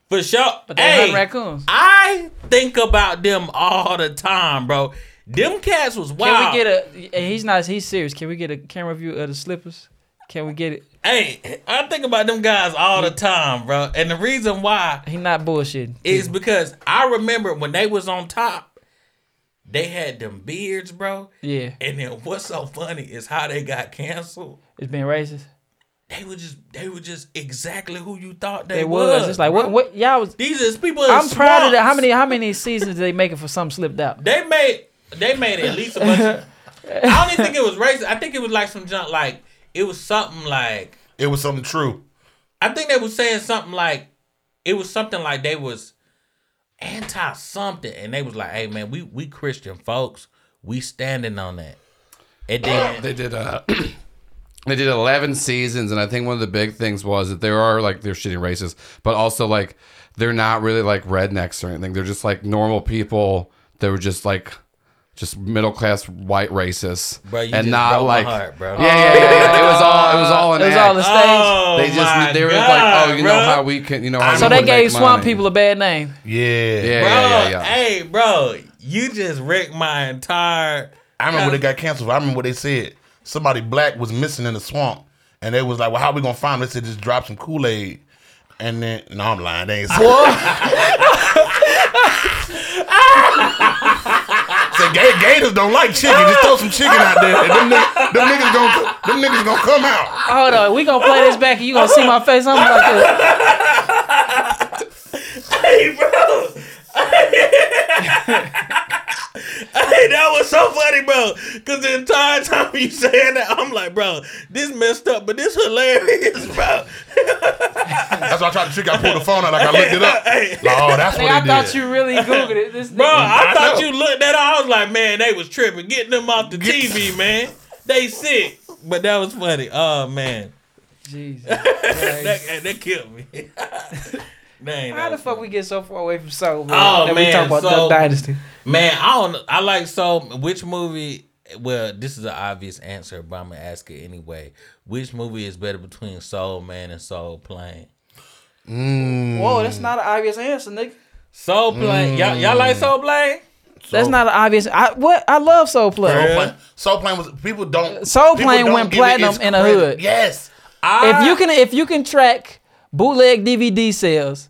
Speaker 3: for sure.
Speaker 4: But they
Speaker 3: Hey,
Speaker 4: hunt raccoons.
Speaker 3: I think about them all the time, bro. Them cats was
Speaker 4: Can
Speaker 3: wild.
Speaker 4: we get a? And he's not. He's serious. Can we get a camera view of the slippers? Can we get it?
Speaker 3: Hey, I think about them guys all
Speaker 4: Mm.
Speaker 3: the time, bro. And the reason why
Speaker 4: He not bullshitting.
Speaker 3: is because I remember when they was on top, they had them beards, bro.
Speaker 4: yeah,
Speaker 3: And then what's so funny is how they got canceled.
Speaker 4: it's been racist.
Speaker 3: They were just they were just exactly who you thought they
Speaker 4: It was. It's like what? What? Y'all was.
Speaker 3: these is people. in
Speaker 4: I'm proud of that. How
Speaker 3: swamps.
Speaker 4: many? How many seasons did they make it for some slipped out?
Speaker 3: They made they made at least a bunch. Of, I don't even think it was racist. I think it was like some junk. Like it was something like
Speaker 2: It was something true.
Speaker 3: I think they was saying something like it was something like they was anti something, and they was like, "Hey man, we we Christian folks, we standing on that." And then
Speaker 5: They did uh they did 11 seasons and I think one of the big things was that there are like they're shitty races, but also like they're not really like rednecks or anything. They're just like normal people that were just like just middle class white racists
Speaker 3: Bro, you
Speaker 5: and
Speaker 3: just
Speaker 5: not
Speaker 3: broke my
Speaker 5: like
Speaker 3: heart, bro.
Speaker 5: Yeah, yeah, yeah, yeah. It was all it was all an
Speaker 4: It was
Speaker 5: act.
Speaker 4: all the stage.
Speaker 3: oh,
Speaker 5: they just
Speaker 3: my
Speaker 5: they were
Speaker 3: God,
Speaker 5: like, oh, you
Speaker 3: bro.
Speaker 5: know how we can, you know how
Speaker 4: so
Speaker 5: we
Speaker 4: they
Speaker 5: can
Speaker 4: gave
Speaker 5: make
Speaker 4: swamp
Speaker 5: money.
Speaker 4: people a bad name.
Speaker 2: Yeah,
Speaker 5: Yeah,
Speaker 3: bro,
Speaker 5: yeah, yeah, yeah.
Speaker 3: hey, bro, you just wrecked my entire.
Speaker 2: I remember when it got canceled. I remember what they said. Somebody black was missing in the swamp, and they was like, well, how we gonna find? Him? They said just drop some Kool Aid, and then no, I'm lying. They ain't Said gay gators don't like chicken. Just throw some chicken out there. And them, nigg- them niggas gonna them niggas gonna come out.
Speaker 4: Hold on, we gonna play this back and you gonna see my face. I'm like, this.
Speaker 3: Hey, bro. hey, that was so funny, bro. Cause the entire time you saying that, I'm like, bro, this messed up, but this hilarious, bro.
Speaker 2: That's why I tried to trick. you. I pulled the phone out like I looked it up.
Speaker 3: Hey.
Speaker 2: Like, oh, that's
Speaker 4: Nigga,
Speaker 2: what
Speaker 4: I
Speaker 2: they
Speaker 4: thought
Speaker 2: did.
Speaker 4: you really googled it. This
Speaker 3: Bro, I,
Speaker 2: I
Speaker 3: thought
Speaker 2: know.
Speaker 3: you looked at I was like, man, they was tripping, getting them off the TV, man. They sick. But that was funny. Oh man.
Speaker 4: Jesus.
Speaker 3: That, that- that killed me. Dang,
Speaker 4: How
Speaker 3: that
Speaker 4: the
Speaker 3: was
Speaker 4: fuck we get so far away from Soul? Man,
Speaker 3: Oh,
Speaker 4: that we
Speaker 3: man,
Speaker 4: talk about
Speaker 3: Soul.
Speaker 4: Duck Dynasty.
Speaker 3: Man, I don't. I like so. Which movie? Well, this is an obvious answer, but I'm gonna ask it anyway. Which movie is better between Soul Man and Soul Plane?
Speaker 2: Mm.
Speaker 4: Whoa, that's not an obvious answer, nigga.
Speaker 3: Soul Plane. Y'all, y'all like
Speaker 2: Mm.
Speaker 3: Soul Plane?
Speaker 4: That's not an obvious. I what I love Soul
Speaker 2: Soul
Speaker 4: Play.
Speaker 2: Plane, Soul Plane was people don't.
Speaker 4: Soul
Speaker 2: people
Speaker 4: Plane
Speaker 2: don't
Speaker 4: went
Speaker 2: give it its
Speaker 4: platinum in the
Speaker 2: credit.
Speaker 4: hood.
Speaker 2: Yes,
Speaker 4: If you can, if you can track bootleg DVD sales,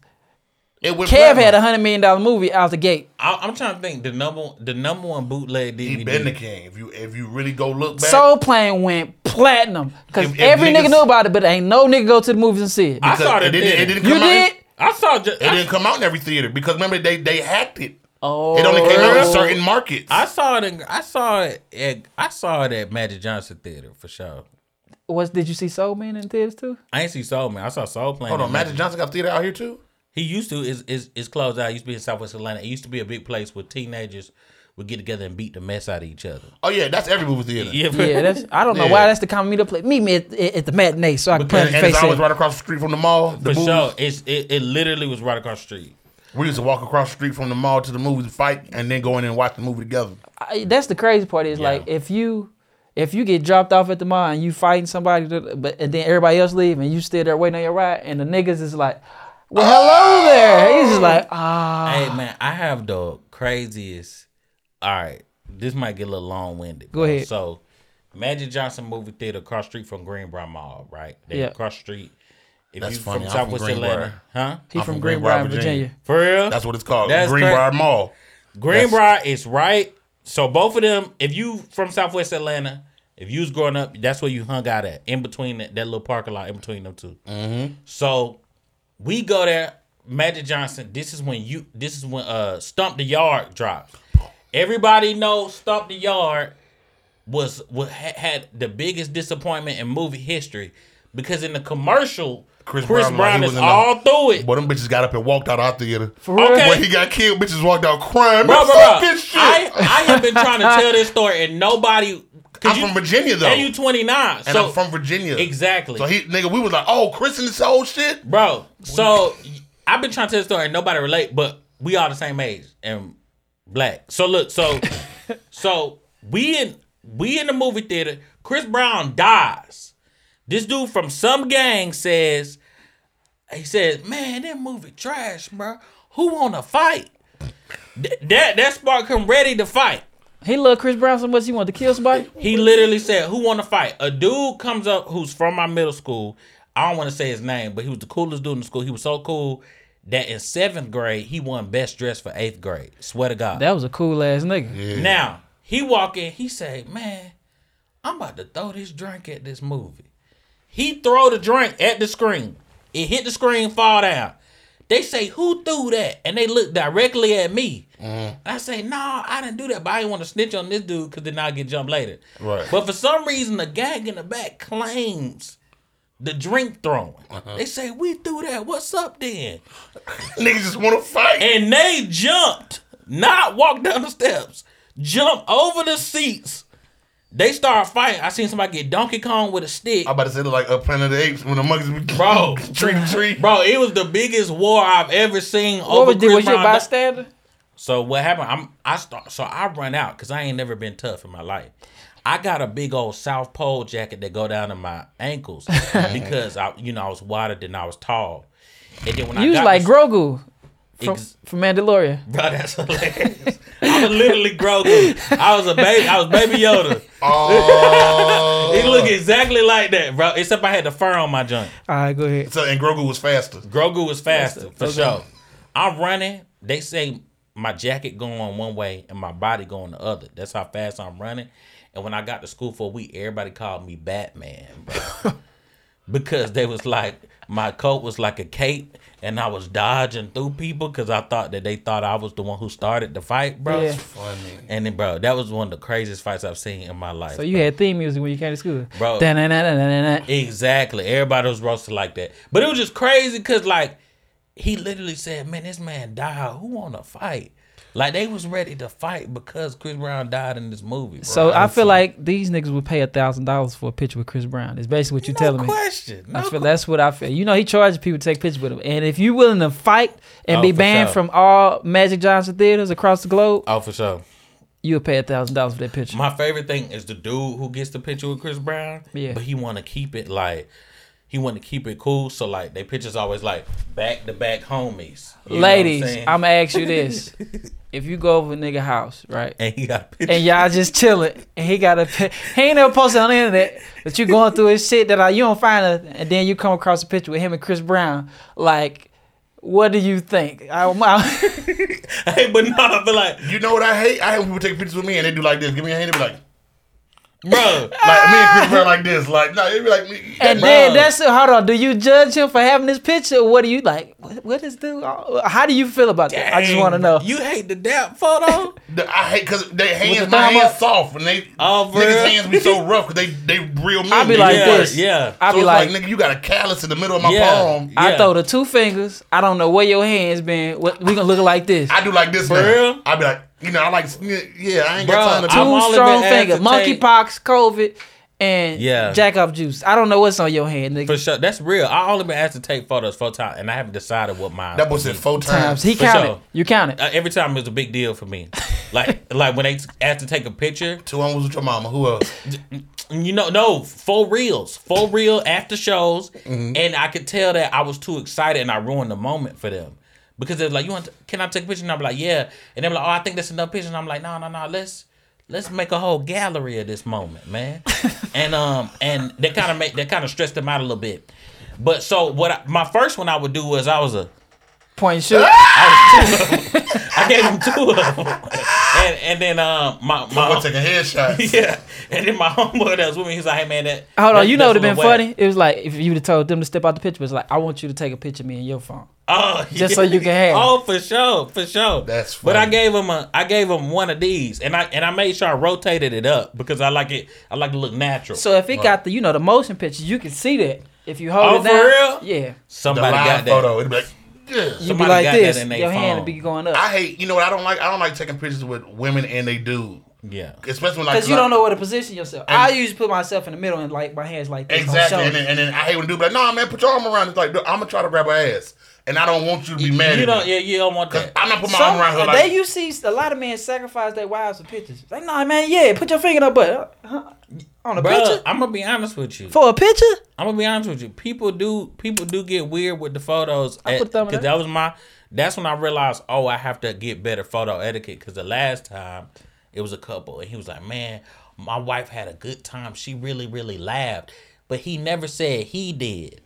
Speaker 2: it went.
Speaker 4: Kev
Speaker 2: platinum.
Speaker 4: had a hundred million dollar movie out the gate.
Speaker 3: I, I'm trying to think. The number, one- the number one bootleg
Speaker 2: He been the
Speaker 3: DVD.
Speaker 2: king. If you if you really go look back,
Speaker 4: Soul Plane went platinum because
Speaker 2: If- if
Speaker 4: every nigga
Speaker 2: niggas-
Speaker 4: knew about it, but ain't no nigga go to the movies and see it.
Speaker 3: I saw
Speaker 2: it
Speaker 3: the
Speaker 2: didn't, it
Speaker 3: thing.
Speaker 2: didn't
Speaker 4: you
Speaker 2: come out.
Speaker 4: did?
Speaker 3: I saw. Ju-
Speaker 2: It
Speaker 3: I,
Speaker 2: didn't come out in every theater because remember they they hacked it.
Speaker 4: Oh,
Speaker 2: It only came out in certain markets.
Speaker 3: I saw it. In, I saw it. At, I saw it at Magic Johnson Theater for sure.
Speaker 4: What did you see Soul Man in theaters too?
Speaker 3: I ain't see Soul Man. I saw Soul Plane.
Speaker 2: Hold
Speaker 3: at
Speaker 2: on, Magic Johnson got theater out here too.
Speaker 3: He used to is is is closed out. It used to be in Southwest Atlanta. It used to be a big place where teenagers would get together and beat the mess out of each other.
Speaker 2: Oh yeah, that's every movie theater.
Speaker 3: Yeah,
Speaker 4: Yeah, that's I don't know
Speaker 2: Yeah.
Speaker 4: why that's the common meetup place. Meet me at, at at the matinee so I can punch
Speaker 2: And,
Speaker 4: your
Speaker 2: and it's
Speaker 4: face.
Speaker 2: always
Speaker 4: in.
Speaker 2: right across the street from the mall. The
Speaker 3: for
Speaker 2: movies.
Speaker 3: sure. It's it, it literally was right across the street.
Speaker 2: We used to walk across the street from the mall to the movies to fight, and then go in and watch the movie together.
Speaker 4: I- That's the crazy part is like if you if you get dropped off at the mall and you fighting somebody, to- but and then everybody else leave and you still there waiting on your ride, and the niggas is like, well, hello there. He's just like, ah,
Speaker 3: Hey man, I have the craziest. All right, this might get a little long winded.
Speaker 4: Go ahead.
Speaker 3: So, Magic Johnson movie theater across the street from Greenbrier Mall, right? They
Speaker 4: Yeah.
Speaker 3: across the street, If
Speaker 2: That's
Speaker 3: you
Speaker 2: funny.
Speaker 3: From
Speaker 2: I'm
Speaker 3: Southwest
Speaker 2: from Greenbrier.
Speaker 3: Atlanta, huh?
Speaker 4: He
Speaker 2: I'm
Speaker 4: from
Speaker 2: from
Speaker 4: Greenbrier,
Speaker 2: Greenbrier,
Speaker 4: Virginia.
Speaker 3: For real?
Speaker 2: That's what it's called.
Speaker 3: That's
Speaker 2: Greenbrier
Speaker 3: crazy.
Speaker 2: Mall.
Speaker 3: Greenbrier is right. So both of them, if you from Southwest Atlanta, if you was growing up, that's where you hung out at, in between that, that little parking lot, in between them 2 Mm-hmm. So we go there. Magic Johnson. This is when you. This is when uh Stump the Yard dropped. Everybody knows Stump the Yard was what had the biggest disappointment in movie history because in the commercial, Chris,
Speaker 2: Chris
Speaker 3: Brown,
Speaker 2: Brown, like, he
Speaker 3: is
Speaker 2: was in the-
Speaker 3: all through it.
Speaker 2: Boy, them bitches got up and walked out our theater. For
Speaker 3: real? Okay.
Speaker 2: When he got killed, bitches walked out crying.
Speaker 3: bro,
Speaker 2: Man,
Speaker 3: bro,
Speaker 2: fuck
Speaker 3: bro.
Speaker 2: this shit.
Speaker 3: I,
Speaker 2: I,
Speaker 3: I have been trying to tell this story and nobody.
Speaker 2: am from Virginia though,
Speaker 3: And you
Speaker 2: and
Speaker 3: 29. so
Speaker 2: I'm from Virginia.
Speaker 3: Exactly.
Speaker 2: So he, nigga, we was like, oh, Chris and this whole shit.
Speaker 3: bro, so I've been trying to tell this story and nobody relate, but we all the same age and black. So look, so so we in we in the movie theater. Chris Brown dies. This dude from some gang says, he says, man, that movie trash, bro. Who wanna fight? Th- that that sparked him ready to fight.
Speaker 4: He loved Chris Brown so much he wanted to kill somebody.
Speaker 3: He literally said, "Who want to fight?" A dude comes up who's from my middle school. I don't want to say his name, but he was the coolest dude in the school. He was so cool that in seventh grade he won best dress for eighth grade. Swear to God.
Speaker 4: That was a cool ass nigga.
Speaker 3: Now he walk in. He say, "Man, I'm about to throw this drink at this movie." He throw the drink at the screen. It hit the screen, fall down. They say, "Who threw that?" And they look directly at me. I say, "Nah, I didn't do that, but I didn't want to snitch on this dude because then I get jumped later."
Speaker 2: Right.
Speaker 3: But for some reason, the gag in the back claims. The drink throwing. They say we threw that. What's up then?
Speaker 2: Niggas just want to fight.
Speaker 3: and they jumped, not walked down the steps, jumped over the seats. They start fighting. I seen somebody get Donkey Kong with a stick.
Speaker 2: I'm about to say look like a Planet of the Apes when the monkeys be
Speaker 3: Bro.
Speaker 2: tree to tree.
Speaker 3: Bro, it was the biggest war I've ever seen
Speaker 4: What
Speaker 3: over
Speaker 4: was, did,
Speaker 3: Chris
Speaker 4: was you a
Speaker 3: Brown.
Speaker 4: bystander?
Speaker 3: So what happened? I'm I start so I run out because I ain't never been tough in my life. I got a big old South Pole jacket that go down to my ankles because I you know I was wider than I was tall. And then when I
Speaker 4: You was
Speaker 3: got
Speaker 4: like
Speaker 3: this-
Speaker 4: Grogu from,
Speaker 3: Ex-
Speaker 4: from Mandalorian.
Speaker 3: Bro, that's hilarious. I was literally Grogu. I was a baby. I was Baby Yoda.
Speaker 2: Oh.
Speaker 3: It looked exactly like that, bro. Except I had the fur on my junk.
Speaker 4: All right, go ahead.
Speaker 2: so, and Grogu was faster.
Speaker 3: Grogu was faster for
Speaker 4: Okay.
Speaker 3: sure. I'm running. They say my jacket going one way and my body going the other. That's how fast I'm running. And when I got to school for a week, everybody called me Batman, bro. because they was like my coat was like a cape, and I was dodging through people because I thought that they thought I was the one who started the fight, bro.
Speaker 4: Yeah.
Speaker 2: Funny.
Speaker 3: And then, bro, that was one of the craziest fights I've seen in my life.
Speaker 4: So you had theme music when you came to school.
Speaker 3: Bro.
Speaker 4: Da-na-na-na-na-na.
Speaker 3: Exactly. Everybody was roasted like that. But it was just crazy because, like, he literally said, Man, this man died. Who want to fight? Like, they was ready to fight because Chris Brown died in this movie. Bro.
Speaker 4: So I feel like these niggas would pay a thousand dollars for a picture with Chris Brown. It's basically what you're
Speaker 3: no
Speaker 4: telling me.
Speaker 3: question. No
Speaker 4: I feel
Speaker 3: que-
Speaker 4: that's what I feel. You know, he charges people to take pictures with him, and if you're willing to fight and
Speaker 3: Oh,
Speaker 4: be
Speaker 3: for
Speaker 4: banned
Speaker 3: sure.
Speaker 4: from all Magic Johnson theaters across the globe,
Speaker 3: Oh, for sure.
Speaker 4: you would pay a thousand dollars for that picture.
Speaker 3: My favorite thing is the dude who gets the picture with Chris Brown.
Speaker 4: Yeah.
Speaker 3: But he want to keep it like. He want to keep it cool, so like they pictures always like back to back homies. You know what
Speaker 4: Ladies,
Speaker 3: saying?
Speaker 4: I'm gonna ask you this: if you go over a nigga house, right,
Speaker 3: and he got a picture.
Speaker 4: and y'all just chilling, and he got a pi- he ain't never posted on the internet, but you going through his shit that I, you don't find a, and then you come across a picture with him and Chris Brown, like. What do you think? I, I,
Speaker 3: hey, but no, I feel like,
Speaker 2: You know what I hate? I hate when people take pictures with me and they do like this. Give me a hand and be like,
Speaker 3: bro,
Speaker 2: like me and Chris Brown like this. Like, no, it'd be like me.
Speaker 4: And
Speaker 3: Bruh.
Speaker 4: then that's hold on. Do you judge him for having this picture? Or what do you like? What, what is the? How do you feel about that? I just
Speaker 3: dang,
Speaker 4: want to know.
Speaker 3: You hate the dap photo?
Speaker 2: The- I hate because their hands,
Speaker 4: the
Speaker 2: my
Speaker 4: thumb
Speaker 2: hands
Speaker 4: up.
Speaker 2: soft, and they
Speaker 3: Oh, for real?
Speaker 2: niggas' hands be so rough because they they real men.
Speaker 4: I'd be
Speaker 2: nigga.
Speaker 4: like
Speaker 3: yeah,
Speaker 4: this.
Speaker 3: yeah.
Speaker 4: I'd
Speaker 2: so
Speaker 4: be
Speaker 2: it's like,
Speaker 4: like,
Speaker 2: nigga, you got a callus in the middle of my
Speaker 3: Yeah.
Speaker 2: palm.
Speaker 4: I
Speaker 3: yeah.
Speaker 4: throw the two fingers. I don't know where your hands been. What we gonna look like this?
Speaker 2: I do like this. For
Speaker 3: real?
Speaker 2: I'd be like, you know, I like, yeah, I ain't
Speaker 3: Bro,
Speaker 2: got time to.
Speaker 3: I'm
Speaker 2: talk.
Speaker 4: Two
Speaker 3: only
Speaker 4: strong
Speaker 3: been asked
Speaker 4: fingers.
Speaker 3: to take-
Speaker 4: Monkeypox, COVID, and
Speaker 3: Yeah.
Speaker 4: jack off juice. I don't know what's on your hand, nigga.
Speaker 3: For sure. That's real. I only been asked to take photos four times and I haven't decided what mine
Speaker 2: That boy said four
Speaker 4: Times
Speaker 2: times.
Speaker 4: he
Speaker 3: For
Speaker 4: counted.
Speaker 3: sure.
Speaker 4: You counted.
Speaker 3: uh, every time it was a big deal for me. Like like when they t- asked to take a picture.
Speaker 2: Two on was with your mama. Who else?
Speaker 3: and You know, no, full reels. Full reel after shows. And I could tell that I was too excited and I ruined the moment for them. Because they're like, You want to, can I take a picture? And I'm like, Yeah. And they're like, Oh, I think that's enough pictures. And I'm like, No, no, no, let's let's make a whole gallery of this moment, man. and um and they kind of make they kind of stressed them out a little bit. But so what? I, my first one I would do was I was a
Speaker 4: Point and shoot.
Speaker 3: I gave him two of them, and and then um my
Speaker 2: I'm gonna
Speaker 3: my
Speaker 2: take a headshot.
Speaker 3: yeah, and then my homeboy that was with me, he's like, hey man, that
Speaker 4: Hold on,
Speaker 3: that-
Speaker 4: you know
Speaker 3: that's
Speaker 4: what would have been
Speaker 3: a little wet.
Speaker 4: funny? It was like if you would have told them to step out the picture, but it's like, I want you to take a picture of me in your phone.
Speaker 3: Oh,
Speaker 4: Just so you can have it.
Speaker 3: Oh, for sure, for sure.
Speaker 2: That's
Speaker 3: But I
Speaker 2: funny.
Speaker 3: gave him a, I gave him one of these, and I and I made sure I rotated it up because I like it. I like to look natural.
Speaker 4: So if it got the, you know, the motion picture, you can see that. If you hold
Speaker 3: Oh,
Speaker 4: it
Speaker 3: for
Speaker 4: down,
Speaker 3: real?
Speaker 4: yeah,
Speaker 2: The
Speaker 3: Somebody
Speaker 2: live
Speaker 3: got that.
Speaker 2: photo. It'd be like, yeah.
Speaker 4: you be
Speaker 3: Somebody
Speaker 4: like
Speaker 3: got
Speaker 4: this,
Speaker 3: that in they
Speaker 4: your hand
Speaker 3: phone.
Speaker 4: would be going
Speaker 2: I
Speaker 4: up
Speaker 2: hate. You know what? I don't like. I don't like taking pictures with women and they do,
Speaker 3: Yeah.
Speaker 2: especially when like
Speaker 4: because you don't know where to position yourself.
Speaker 2: And-
Speaker 4: I usually put myself in the middle and like my hands like this on
Speaker 2: Exactly,
Speaker 4: shoulder.
Speaker 2: and then, and then I hate when dude be like, "Nah, man, put your arm around." It's like, "I'm gonna try to grab her ass," and I don't want you to be mad.
Speaker 3: You
Speaker 2: at
Speaker 3: don't.
Speaker 2: me.
Speaker 3: Yeah, you don't want
Speaker 2: 'Cause
Speaker 3: that.
Speaker 2: I'm not putting my
Speaker 4: Some,
Speaker 2: arm around her.
Speaker 4: they
Speaker 2: Like,
Speaker 4: you see a lot of men sacrifice their wives for pictures. Like, nah, man, yeah, put your finger in her butt huh? on a
Speaker 3: Bro,
Speaker 4: picture
Speaker 3: I'm gonna be honest with you.
Speaker 4: for a picture.
Speaker 3: I'm gonna be honest with you. People do people do get weird with the photos
Speaker 4: I put a thumb in
Speaker 3: because
Speaker 4: there.
Speaker 3: that was my. That's when I realized, oh, I have to get better photo etiquette. Because the last time it was a couple, and he was like, "Man, my wife had a good time. She really, really laughed." But he never said he did.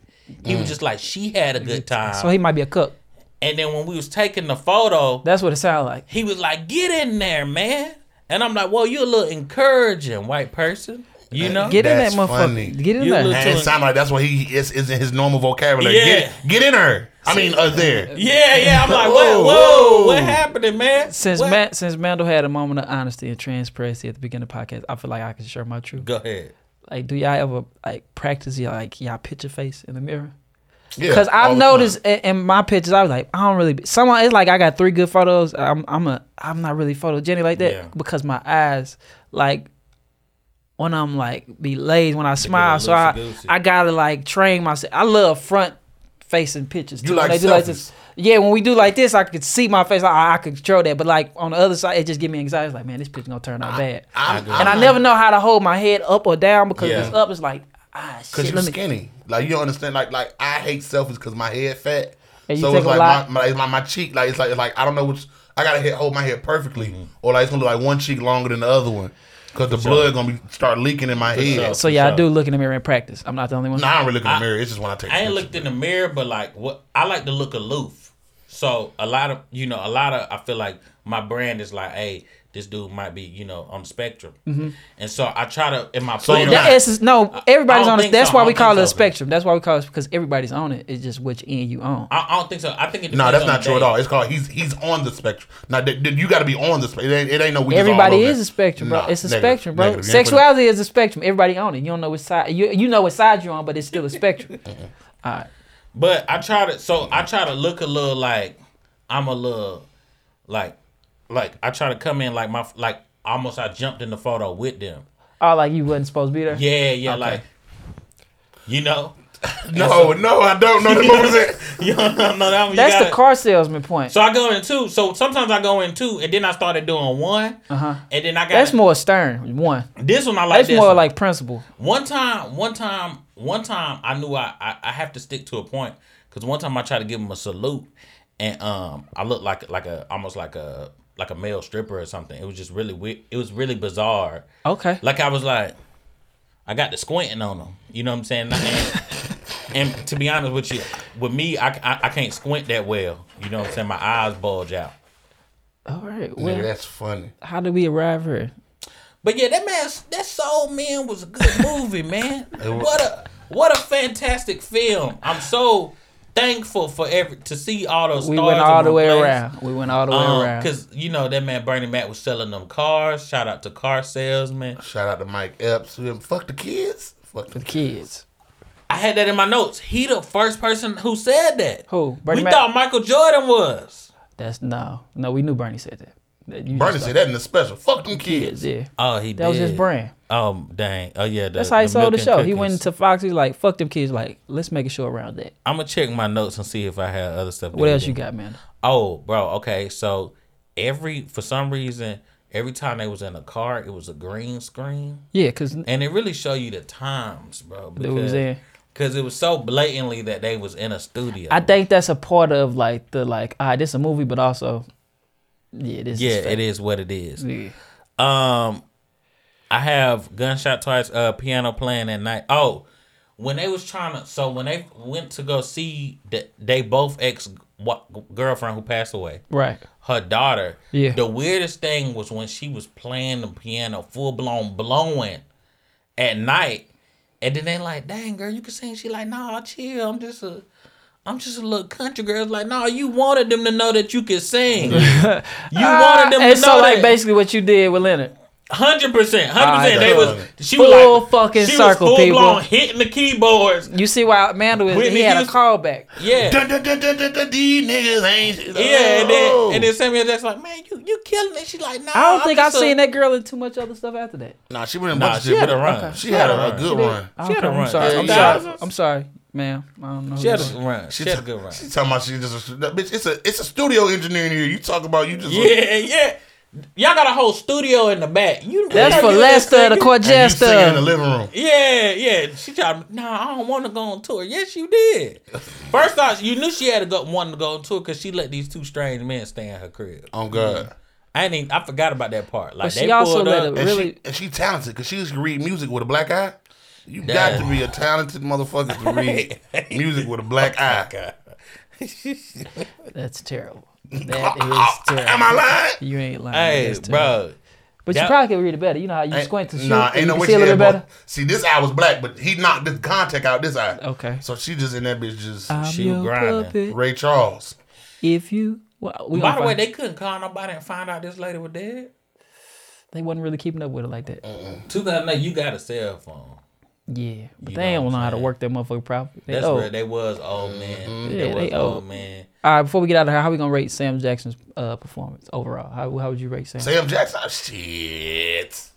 Speaker 3: He was just like, "She had a good time."
Speaker 4: Mm. So he might be a cook.
Speaker 3: and then when we was taking the photo,
Speaker 4: That's what it sounds like.
Speaker 3: he was like, "Get in there, man." And I'm like, "Well, you a little encouraging, white person, you know."
Speaker 4: Uh, Get
Speaker 2: That's
Speaker 4: in that motherfucker.
Speaker 2: funny.
Speaker 4: Get in
Speaker 3: You
Speaker 4: there.
Speaker 3: look-
Speaker 2: and it sound like that's what he is isn't his normal vocabulary.
Speaker 3: Yeah.
Speaker 2: Get, get in her. I mean, uh, there.
Speaker 3: Yeah, yeah. I'm like,
Speaker 2: Whoa,
Speaker 3: whoa, whoa,
Speaker 2: whoa.
Speaker 3: what happening, man?
Speaker 4: Since
Speaker 3: what?
Speaker 4: Ma- since Mandel had a moment of honesty and transparency at the beginning of the podcast, I feel like I can share my truth.
Speaker 3: Go ahead.
Speaker 4: Like, do y'all ever like practice y'all like y'all picture face in the mirror?
Speaker 2: Yeah,
Speaker 4: Because
Speaker 2: all
Speaker 4: I've
Speaker 2: the time.
Speaker 4: noticed i- in, my pictures, I was like, I don't really. Be, someone it's like I got three good photos. I'm I'm a I'm not really photogenic like that
Speaker 3: Yeah.
Speaker 4: because my eyes like when I'm like be lazy when I smile. So I
Speaker 3: loosey-goosey.
Speaker 4: I gotta like train myself. I love front facing pictures. Too.
Speaker 2: You
Speaker 4: When
Speaker 2: like
Speaker 4: they do like
Speaker 2: selfies.
Speaker 4: this. Yeah, when we do like this, I could see my face. I, I could control that, but like on the other side, it just give me anxiety. It's like, man, this picture gonna turn out bad.
Speaker 2: I'm,
Speaker 4: and I never know how to hold my head up or down because
Speaker 2: Yeah.
Speaker 4: if it's up, it's like ah
Speaker 2: because
Speaker 4: shit.
Speaker 2: you're
Speaker 4: Let me,
Speaker 2: skinny. Like you don't understand. Like like I hate selfies because my head fat.
Speaker 4: And you
Speaker 2: so
Speaker 4: take
Speaker 2: it's
Speaker 4: a
Speaker 2: like
Speaker 4: lot-
Speaker 2: my, my, it's like my cheek. Like it's like it's like I don't know which. I gotta hit, hold my head perfectly, or like it's gonna look like one cheek longer than the other one, because the blood gonna be start leaking in my head.
Speaker 4: so yeah, I do look in the mirror and practice. I'm not the only one.
Speaker 2: Nah, I don't really look in the mirror. It's just when I take. a
Speaker 3: I ain't
Speaker 2: picture.
Speaker 3: looked in the mirror, but like, what I like to look aloof. So a lot of you know, a lot of I feel like my brand is like, hey, this dude might be you know on spectrum, and so I try to in my
Speaker 2: So
Speaker 3: photo.
Speaker 2: you're
Speaker 4: That
Speaker 2: not-
Speaker 4: is is- no, everybody's
Speaker 3: I don't
Speaker 4: on it.
Speaker 3: think
Speaker 4: That's
Speaker 3: so.
Speaker 4: why
Speaker 3: I
Speaker 4: we
Speaker 3: don't
Speaker 4: call
Speaker 3: think
Speaker 4: it a
Speaker 3: so.
Speaker 4: spectrum. That's why we call it because everybody's on it. It's just which end you on.
Speaker 3: I, I don't think so. I think it
Speaker 2: No,
Speaker 3: depends
Speaker 2: that's
Speaker 3: on
Speaker 2: not
Speaker 3: the
Speaker 2: true at
Speaker 3: day.
Speaker 2: all. It's called he's he's on the spectrum. Now that, that- you got to be on the spectrum. It ain't, it ain't no we just
Speaker 4: Everybody
Speaker 2: all over
Speaker 4: is
Speaker 2: it.
Speaker 4: a spectrum, bro.
Speaker 2: Nah,
Speaker 4: it's a
Speaker 2: negative,
Speaker 4: spectrum, bro.
Speaker 2: negative. You ain't put it-
Speaker 4: Sexuality is a spectrum. Everybody on it. You don't know which side you you know which side you're on, but it's still a spectrum. All right.
Speaker 3: But I try to so I try to look a little like I'm a little like like I try to come in like my like almost I jumped in the photo with them.
Speaker 4: Oh, like you wasn't supposed to be there.
Speaker 3: Yeah, yeah, like you know.
Speaker 2: No, no, I don't know. That what was it?
Speaker 3: You don't know that one.
Speaker 4: That's
Speaker 3: you
Speaker 4: the
Speaker 3: gotta-
Speaker 4: car salesman point.
Speaker 3: So I go in two. So sometimes I go in two, and then I started doing one,
Speaker 4: Uh-huh.
Speaker 3: and then I got
Speaker 4: That's more stern. One.
Speaker 3: This one I like.
Speaker 4: That's
Speaker 3: this
Speaker 4: more
Speaker 3: one.
Speaker 4: like principle.
Speaker 3: one time, one time, one time. I knew I I, I have to stick to a point because one time I tried to give him a salute, and um, I looked like like a almost like a like a male stripper or something. It was just really weird. It was really bizarre.
Speaker 4: Okay.
Speaker 3: Like I was like, I got the squinting on them. You know what I'm saying? And, and to be honest with you, with me, I, I I can't squint that well. You know what I'm saying? My eyes bulge out.
Speaker 4: All right.
Speaker 2: Nigga,
Speaker 4: Well,
Speaker 2: that's funny.
Speaker 4: how did we arrive here?
Speaker 3: But yeah, that man, that Soul Man was a good movie, man. what a what a fantastic film! I'm so thankful for every to see all those.
Speaker 4: We
Speaker 3: stars
Speaker 4: went
Speaker 3: in
Speaker 4: all
Speaker 3: one
Speaker 4: the way
Speaker 3: place.
Speaker 4: around. We went all the way
Speaker 3: Um,
Speaker 4: around.
Speaker 3: cause you know that man Bernie Mac was selling them cars. Shout out to car salesman.
Speaker 2: Shout out to Mike Epps. Who- Fuck the kids. Fuck the kids.
Speaker 4: Kids.
Speaker 3: I had that in my notes. He the first person who said that.
Speaker 4: Who? Bernie
Speaker 3: we
Speaker 4: Mac?
Speaker 3: thought Michael Jordan was.
Speaker 4: That's no, no. We knew Bernie said that. that. you
Speaker 2: Bernie
Speaker 4: just-
Speaker 2: said that in the special. Fuck them kids.
Speaker 4: Yeah,
Speaker 3: Oh, he
Speaker 4: that was his brand.
Speaker 3: Um, dang. Oh yeah, the,
Speaker 4: That's how he
Speaker 3: the
Speaker 4: sold
Speaker 3: milk
Speaker 4: the
Speaker 3: and
Speaker 4: show. He
Speaker 3: cookies.
Speaker 4: went to Fox. He's like, "Fuck them kids." Like, let's make a show around that.
Speaker 3: I'm gonna check my notes and see if I had other stuff.
Speaker 4: What
Speaker 3: that he
Speaker 4: else you
Speaker 3: didn't-
Speaker 4: got, man?
Speaker 3: Oh, bro. Okay, so every for some reason, every time they was in a car, it was a green screen,
Speaker 4: Yeah, because
Speaker 3: and it really show you the times, bro.
Speaker 4: it was
Speaker 3: because-
Speaker 4: in.
Speaker 3: Cause it was so blatantly that they was in a studio.
Speaker 4: I think that's a part of like the like, ah, this a movie, but also, yeah, this.
Speaker 3: yeah,
Speaker 4: is fake.
Speaker 3: it is what it is.
Speaker 4: Yeah.
Speaker 3: Um, I have gunshot twice. Uh, piano playing at night. Oh, when they was trying to so when they went to go see the, they both ex wa- girlfriend who passed away
Speaker 4: Right.
Speaker 3: her daughter
Speaker 4: Yeah.
Speaker 3: the weirdest thing was when she was playing the piano full blown blowing at night and then they like dang girl you can sing she like nah chill i'm just a I'm just a little country girl. It's Like, nah, you wanted them to know that you could sing. you wanted them to know
Speaker 4: and so like
Speaker 3: that.
Speaker 4: basically what you did with Leonard.
Speaker 3: Hundred percent, hundred percent.
Speaker 4: I
Speaker 3: They
Speaker 2: love
Speaker 3: was she
Speaker 4: Full
Speaker 3: was like,
Speaker 4: fucking
Speaker 3: she
Speaker 4: circle,
Speaker 3: was full
Speaker 4: people.
Speaker 3: blown hitting the keyboards.
Speaker 4: You see why Amanda was
Speaker 3: Whitney
Speaker 4: he had a
Speaker 3: Houston-
Speaker 4: callback.
Speaker 3: Yeah,
Speaker 2: Dun, dun, dun, dun, dun, dun, These niggas ain't.
Speaker 3: yeah. And
Speaker 2: Oh.
Speaker 3: then, and then Samuel Jackson like, man, you you killing it. She's like, nah.
Speaker 4: I don't think I've
Speaker 3: just a-
Speaker 4: seen that girl in too much other stuff after that.
Speaker 2: Nah, she went in a
Speaker 3: Nah,
Speaker 2: bunch of
Speaker 3: she
Speaker 2: shit.
Speaker 3: had a run.
Speaker 2: She had a, a good run.
Speaker 4: She
Speaker 3: had a run.
Speaker 4: I'm sorry.
Speaker 2: Yeah,
Speaker 4: I'm
Speaker 2: yeah.
Speaker 4: sorry.
Speaker 3: Thousands?
Speaker 4: I'm sorry, ma'am. I don't know.
Speaker 3: She had
Speaker 4: who
Speaker 3: a run. She, had a good run.
Speaker 2: She talking about she just a, that bitch. It's a it's a studio engineer in here. You talk about you just
Speaker 3: Yeah, yeah. Y'all got a whole studio in the back. You
Speaker 4: That's for
Speaker 3: you
Speaker 4: Lester, the
Speaker 3: singing?
Speaker 2: and you singing in the
Speaker 4: Corgesta.
Speaker 2: living room.
Speaker 3: Yeah, yeah. She tried. Nah, I don't want to go on tour. Yes, you did. First off, you knew she had to go wanted to go on tour because she let these two strange men stay in her crib.
Speaker 2: Oh God.
Speaker 3: I ain't. Even, I forgot about that part. Like
Speaker 4: But
Speaker 3: they
Speaker 4: she also
Speaker 3: pulled
Speaker 4: let
Speaker 3: up.
Speaker 4: it
Speaker 2: And
Speaker 4: really.
Speaker 2: she and she talented because she used to read music with a black eye. You
Speaker 3: Yeah.
Speaker 2: got to be a talented motherfucker to read music with a
Speaker 3: Oh,
Speaker 2: black eye.
Speaker 4: That's terrible. That is terrible.
Speaker 2: Oh, Am I lying?
Speaker 4: You ain't lying.
Speaker 3: Hey,
Speaker 4: That's terrible.
Speaker 3: bro.
Speaker 4: But
Speaker 3: that-
Speaker 4: you probably could read it better. You know how you
Speaker 2: Ain't-
Speaker 4: squint to shoot.
Speaker 2: Eh, Nah, ain't
Speaker 4: and
Speaker 2: no
Speaker 4: you
Speaker 2: way
Speaker 4: can see
Speaker 2: she
Speaker 4: a little
Speaker 2: had
Speaker 4: bit better.
Speaker 2: both. See, this eye was black, but he knocked this contact out this eye.
Speaker 4: Okay. Uh,
Speaker 2: So she just in that bitch just
Speaker 4: I'm
Speaker 3: she
Speaker 4: your
Speaker 3: grinding.
Speaker 4: puppet.
Speaker 2: Ray Charles.
Speaker 4: If you. Well, we
Speaker 3: By the way,
Speaker 4: they,
Speaker 3: they couldn't call nobody and find out this lady was dead.
Speaker 4: they wasn't really keeping up with it like that.
Speaker 2: Mm.
Speaker 3: 2008, you got a cell phone.
Speaker 4: Yeah, but
Speaker 3: You
Speaker 4: they
Speaker 3: know
Speaker 4: ain't
Speaker 3: what I'm
Speaker 4: know how to
Speaker 3: saying?
Speaker 4: work that motherfucker properly. They
Speaker 3: That's
Speaker 4: old.
Speaker 3: where they was old man.
Speaker 4: Oh. Mm-hmm. Yeah,
Speaker 3: they was
Speaker 4: they
Speaker 3: old.
Speaker 4: old.
Speaker 3: man.
Speaker 4: All right, before we get out of here, how we gonna rate Sam Jackson's uh, performance overall? How, how would you rate Sam?
Speaker 2: Sam Jackson. ah, Shit.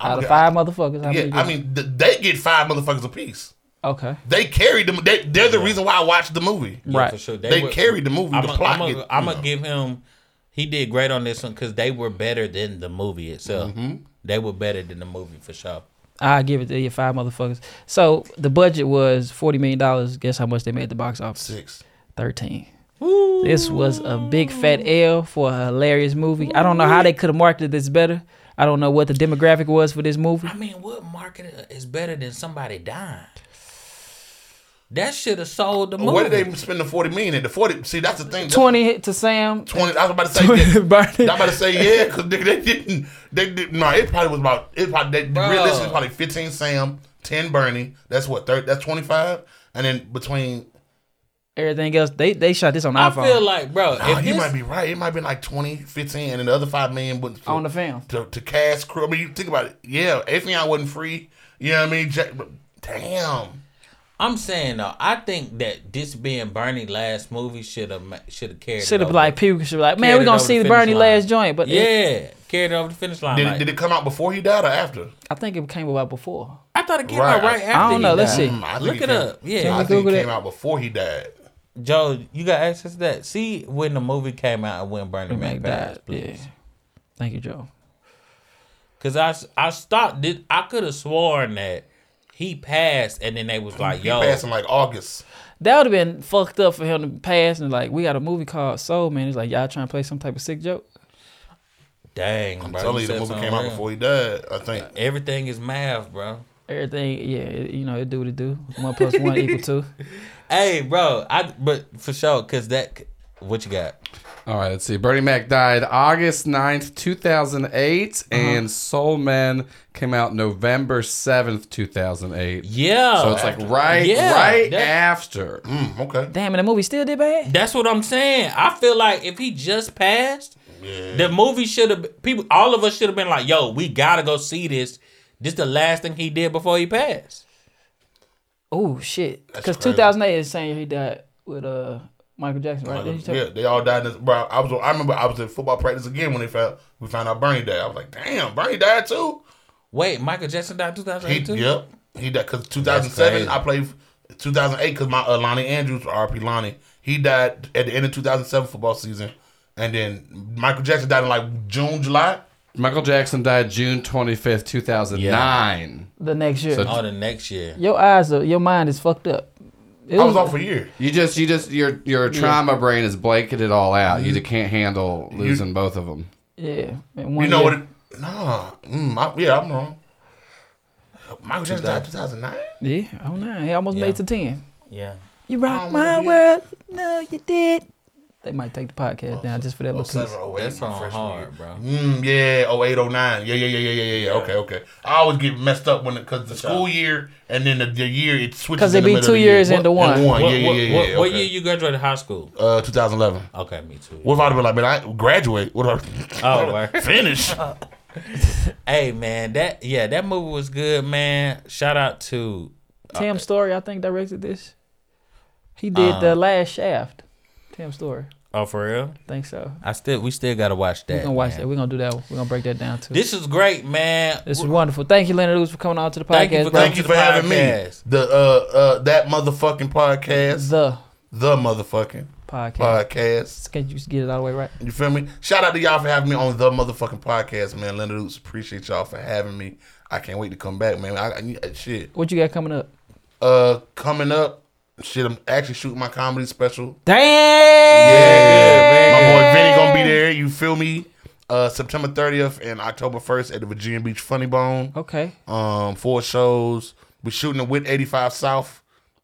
Speaker 4: out of five motherfuckers, how
Speaker 2: Yeah,
Speaker 4: many you
Speaker 2: I
Speaker 4: give him?
Speaker 2: mean, th- they get five motherfuckers apiece.
Speaker 4: okay,
Speaker 2: They carried them. They, they're the reason why I watched the movie.
Speaker 3: Yeah,
Speaker 4: Right.
Speaker 3: for sure.
Speaker 2: They,
Speaker 3: were-
Speaker 2: carried the movie.
Speaker 3: I'm
Speaker 2: the plot.
Speaker 3: gonna
Speaker 2: get-
Speaker 3: I'm
Speaker 2: you
Speaker 3: gonna
Speaker 2: know.
Speaker 3: give him. He did great on this one because they were better than the movie itself.
Speaker 2: Mm-hmm.
Speaker 3: They were better than the movie for sure.
Speaker 4: I give it to you five motherfuckers. So the budget was forty million dollars. Guess how much they made at the box office?
Speaker 2: six.
Speaker 4: Thirteen. This was a big fat L for a hilarious movie. I don't know how they could have marketed this better. I don't know what the demographic was for this movie.
Speaker 3: I mean, what market is better than somebody dying? That should have sold the movie.
Speaker 2: Where did they spend the forty million? At the forty. See, that's the thing. that's-
Speaker 4: Twenty to Sam.
Speaker 2: Twenty. I was about to say.
Speaker 4: Twenty to
Speaker 2: yeah. I
Speaker 4: Bernie.
Speaker 2: was about to say yeah, because they, they didn't. They didn't. No, it probably was about. It probably they,
Speaker 3: Bruh.
Speaker 2: realistically probably fifteen Sam, ten Bernie. That's what. 30, that's twenty five. And then between.
Speaker 4: Everything else, they they shot this on
Speaker 3: I
Speaker 4: iPhone
Speaker 3: feel like,
Speaker 2: Nah,
Speaker 3: bro, if
Speaker 2: ah, you
Speaker 3: this-
Speaker 2: might be right. It might be like 20, 15, and then the other five million went to-
Speaker 4: on the film.
Speaker 2: to, to cast crew. I mean, you think about it. Yeah, Afion wasn't free. You know what I mean? Jack, but damn.
Speaker 3: I'm saying though, I think that this being Bernie last movie should have should have carried. it
Speaker 4: Should have
Speaker 3: over.
Speaker 4: like people should be like, man,
Speaker 3: Carried
Speaker 4: we
Speaker 3: it
Speaker 4: gonna
Speaker 3: over
Speaker 4: see
Speaker 3: the
Speaker 4: the
Speaker 3: finish
Speaker 4: Bernie
Speaker 3: line.
Speaker 4: last joint, but it-
Speaker 3: yeah, carried it over the finish line.
Speaker 2: Did,
Speaker 3: like-
Speaker 2: it, did it come out before he died or after?
Speaker 4: I think it came about before.
Speaker 3: I thought it came
Speaker 2: Right.
Speaker 3: out right after.
Speaker 4: I don't
Speaker 3: he
Speaker 4: know. Let's
Speaker 3: died.
Speaker 4: see.
Speaker 2: Mm, I think
Speaker 3: Look it
Speaker 2: came-
Speaker 3: up. Yeah.
Speaker 2: I
Speaker 4: Can we
Speaker 2: think it
Speaker 4: Google
Speaker 2: came
Speaker 4: that?
Speaker 2: out before he died.
Speaker 3: Joe, you got access to that. See when the movie came out and when Bernie Mac
Speaker 4: Like
Speaker 3: passed,
Speaker 4: that. Yeah.
Speaker 3: please.
Speaker 4: Thank you, Joe.
Speaker 3: Cause I s- I stopped. Did I could have sworn that he passed, and then they was like,
Speaker 2: He
Speaker 3: "Yo,
Speaker 2: passed in like August.
Speaker 4: That would have been fucked up for him to pass and like, we got a movie called Soul Man. He's like, y'all trying to play some type of sick joke?
Speaker 3: dang, bro."
Speaker 2: I'm telling you,
Speaker 3: said
Speaker 2: the movie
Speaker 3: something
Speaker 2: came out
Speaker 3: real.
Speaker 2: before he died, I think.
Speaker 3: Everything is math, bro.
Speaker 4: Everything, yeah, it- you know, it do what it do. One plus one equal two.
Speaker 3: Hey, bro. I but for sure, cause that. c- What you got?
Speaker 5: All right, let's see. Bernie Mac died August 9th, 2008, and Soul Man came out November 7th, 2008.
Speaker 3: Yeah.
Speaker 5: So it's like right,
Speaker 3: Yeah,
Speaker 5: right
Speaker 3: that-
Speaker 5: after.
Speaker 2: Mm, okay.
Speaker 4: Damn, and the movie still did bad.
Speaker 3: That's what I'm saying. I feel like if he just passed, the movie should have people. All of us should have been like, "Yo, we gotta go see this. This the last thing he did before he passed."
Speaker 4: Oh shit, because
Speaker 2: crazy.
Speaker 4: 2008 is saying he died with uh Michael Jackson, right? Didn't you tell-
Speaker 2: Yeah, they all died. In this, bro, I was. I remember I was at football practice again when they found we found out Bernie died. I was like, damn, Bernie died too.
Speaker 3: Wait, Michael Jackson died
Speaker 2: He,
Speaker 3: 2008 too.
Speaker 2: yep. He died because
Speaker 3: crazy.
Speaker 2: 2007. I played 2008 because my uh, Lonnie Andrews, R.P. Lonnie, he died at the end of 2007 football season, and then Michael Jackson died in like June, July.
Speaker 5: Michael Jackson died June 25th, 2009.
Speaker 4: The next year.
Speaker 3: Oh, the next year.
Speaker 4: your eyes, are, your mind is fucked up. It
Speaker 2: I was off for a year.
Speaker 5: You just, you just, your your trauma brain is blanking it all out. Mm-hmm. You just can't handle losing both of them.
Speaker 4: Yeah,
Speaker 2: You know what? It, nah, mm, I, yeah, I'm wrong. Michael Jackson died 2009.
Speaker 4: Yeah, oh nine. He almost made it to ten.
Speaker 3: Yeah.
Speaker 4: You rock
Speaker 2: Oh, yeah.
Speaker 4: my world. No, you did. They might take the podcast down just for that
Speaker 2: Oh,
Speaker 4: little
Speaker 2: seven,
Speaker 4: piece.
Speaker 2: oh, eight,
Speaker 5: That
Speaker 2: my
Speaker 5: song
Speaker 2: freshman year.
Speaker 5: hard, bro.
Speaker 2: Mm, yeah, 08, 09. Yeah, yeah, yeah, yeah, yeah, yeah, yeah. Okay, okay. I always get messed up when because the school year and then the, the year it switches.
Speaker 4: 'Cause it
Speaker 2: in the
Speaker 4: be
Speaker 2: middle
Speaker 4: two
Speaker 2: of the
Speaker 4: years
Speaker 2: year.
Speaker 4: into
Speaker 2: What-
Speaker 4: one.
Speaker 2: Oh, Yeah,
Speaker 3: What,
Speaker 2: yeah,
Speaker 3: what,
Speaker 2: yeah,
Speaker 3: what,
Speaker 2: yeah.
Speaker 3: what
Speaker 2: okay.
Speaker 3: year you graduated high school?
Speaker 2: Uh, 2011.
Speaker 3: Okay, me too.
Speaker 2: What if I'd have been like, man, I graduate? What if I
Speaker 3: Oh, word.
Speaker 2: finish?
Speaker 3: hey man, that yeah, that movie was good, man. Shout out to
Speaker 4: Tim Story, I think, directed this. He did the last Shaft. Tim Story,
Speaker 3: oh for real.
Speaker 4: I think so.
Speaker 3: I still we still gotta watch that.
Speaker 4: We're gonna watch
Speaker 3: man.
Speaker 4: that. We're gonna do that. one. We're gonna break that down too. This,
Speaker 3: This is great, man.
Speaker 4: is wonderful. Thank you, Leonard Lewis, for coming on to the podcast.
Speaker 3: Thank you for
Speaker 4: bro.
Speaker 2: Thank you for having me.
Speaker 3: Podcast.
Speaker 2: The uh uh that motherfucking podcast,
Speaker 4: the
Speaker 2: the motherfucking
Speaker 4: podcast.
Speaker 2: podcast.
Speaker 4: Can you just get it all the way right?
Speaker 2: You feel me? Shout out to y'all for having me on the motherfucking podcast, man. Leonard Oots, appreciate y'all for having me. I can't wait to come back, man. I, I shit.
Speaker 4: What you got coming up?
Speaker 2: Uh, coming up, shit. I'm actually shooting my comedy special.
Speaker 4: Damn.
Speaker 2: My boy Vinny gonna be there. You feel me? Uh, September 30th and October 1st at the Virginia Beach Funny Bone.
Speaker 4: Okay.
Speaker 2: Um, four shows. We're shooting it with 85 South.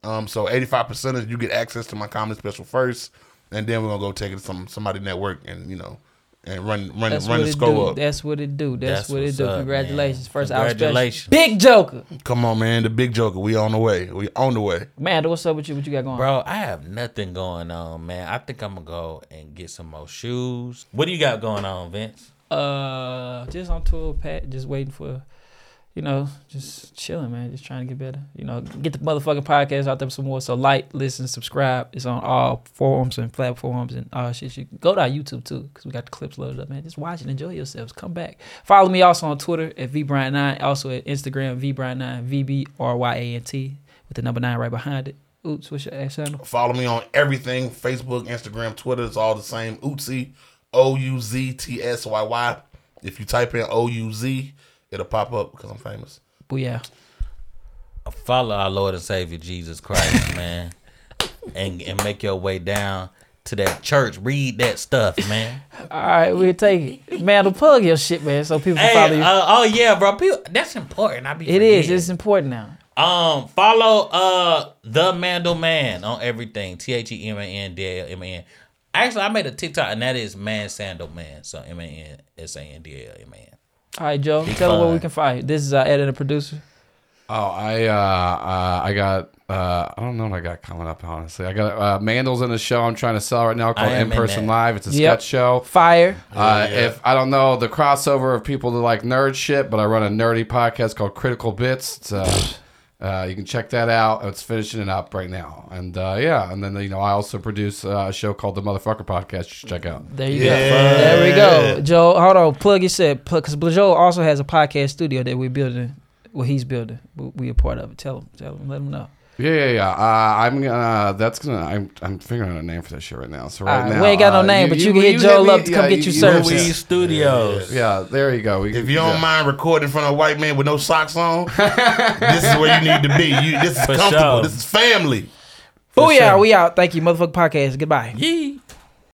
Speaker 2: Um, so 85 percenters, you get access to my comedy special first, and then we're gonna go take it to some somebody network and you know, and run run
Speaker 4: That's
Speaker 2: run the
Speaker 4: what it do.
Speaker 2: score up.
Speaker 4: That's what it do. That's,
Speaker 3: That's
Speaker 4: what it
Speaker 3: what's
Speaker 4: do.
Speaker 3: up,
Speaker 4: Congratulations.
Speaker 3: man.
Speaker 4: First out
Speaker 3: Congratulations.
Speaker 4: special. Big Joker.
Speaker 2: Come on, man. The big joker. We on the way. We on the way.
Speaker 4: Amanda, what's up with you? What you got going on?
Speaker 3: Bro, I have nothing going on, man. I think I'm gonna go and get some more shoes. What do you got going on, Vince?
Speaker 4: Uh, just on tour, Pat. Just waiting for, you know, just chilling, man. Just trying to get better. You know, get the motherfucking podcast out there some more. So like, listen, subscribe. It's on all forums and platforms and all shit. You go to our YouTube too, cause we got the clips loaded up, man. Just watch and enjoy yourselves. Come back. Follow me also on Twitter at vbrian9. Also at Instagram vbrian9 v b r y a n t with the number nine right behind it. Oops, what's your ass handle?
Speaker 2: Follow me on everything Facebook, Instagram, Twitter. It's all the same. Ootsy, O U Z T S Y Y. If you type in O U Z, it'll pop up because I'm famous.
Speaker 4: Booyah.
Speaker 3: Follow our Lord and Savior Jesus Christ, man. And and make your way down to that church. Read that stuff, man.
Speaker 4: All right, we'll take it. Man, will plug your shit, man, so people can follow
Speaker 3: Hey,
Speaker 4: you.
Speaker 3: uh, oh yeah, bro. People, that's important. I be
Speaker 4: It is.
Speaker 3: forgetting.
Speaker 4: It's important now.
Speaker 3: Um, follow uh the Mandel Man on everything. T H E M A N D A L M A N. Actually, I made a TikTok and that is Man Sandal Man. So M A N S A N D A L M A N.
Speaker 4: All right, Joe, tell them where we
Speaker 3: fine.
Speaker 4: can find you. This is our editor producer.
Speaker 5: Oh, I uh, uh I got uh I don't know what I got coming up honestly. I got uh Mandel's in a show I'm trying to sell right now called
Speaker 3: I am
Speaker 5: In
Speaker 3: in
Speaker 5: Person
Speaker 3: that.
Speaker 5: Live. It's a
Speaker 4: Yep.
Speaker 5: sketch show.
Speaker 4: Fire.
Speaker 5: Uh,
Speaker 2: Yeah, yeah.
Speaker 5: If I don't know the crossover of people that like nerd shit, but I run a nerdy podcast called Critical Bits. It's, uh, uh, you can check that out. It's finishing it up right now, and uh, yeah, and then you know I also produce uh, a show called the Motherfucker Podcast. You should check out.
Speaker 4: There you
Speaker 2: Yeah.
Speaker 4: go. There we go. Joe, hold on. Plug your shit. Because Joe also has a podcast studio that we're building. Well, he's building. We, we a part of it. Tell him. Tell him. Let him know.
Speaker 5: Yeah, yeah, yeah. Uh, I'm gonna. That's gonna. I'm. I'm figuring out a name for that shit right now. So right
Speaker 4: Alright,
Speaker 5: now,
Speaker 4: we ain't got no
Speaker 5: uh,
Speaker 4: name, but you can hit
Speaker 5: hit
Speaker 4: Joe
Speaker 5: me-
Speaker 4: Love to come get you service.
Speaker 5: hit me-
Speaker 3: Studios.
Speaker 5: Yeah, there you go. We-
Speaker 2: If you don't
Speaker 5: yeah.
Speaker 2: mind recording in front of a white man with no socks on, this is where you need to be. You, this is
Speaker 3: For
Speaker 2: comfortable.
Speaker 3: sure.
Speaker 2: This is family.
Speaker 4: Booyah.
Speaker 3: sure.
Speaker 4: We out. Thank you, motherfucking podcast. Goodbye.
Speaker 3: Yee.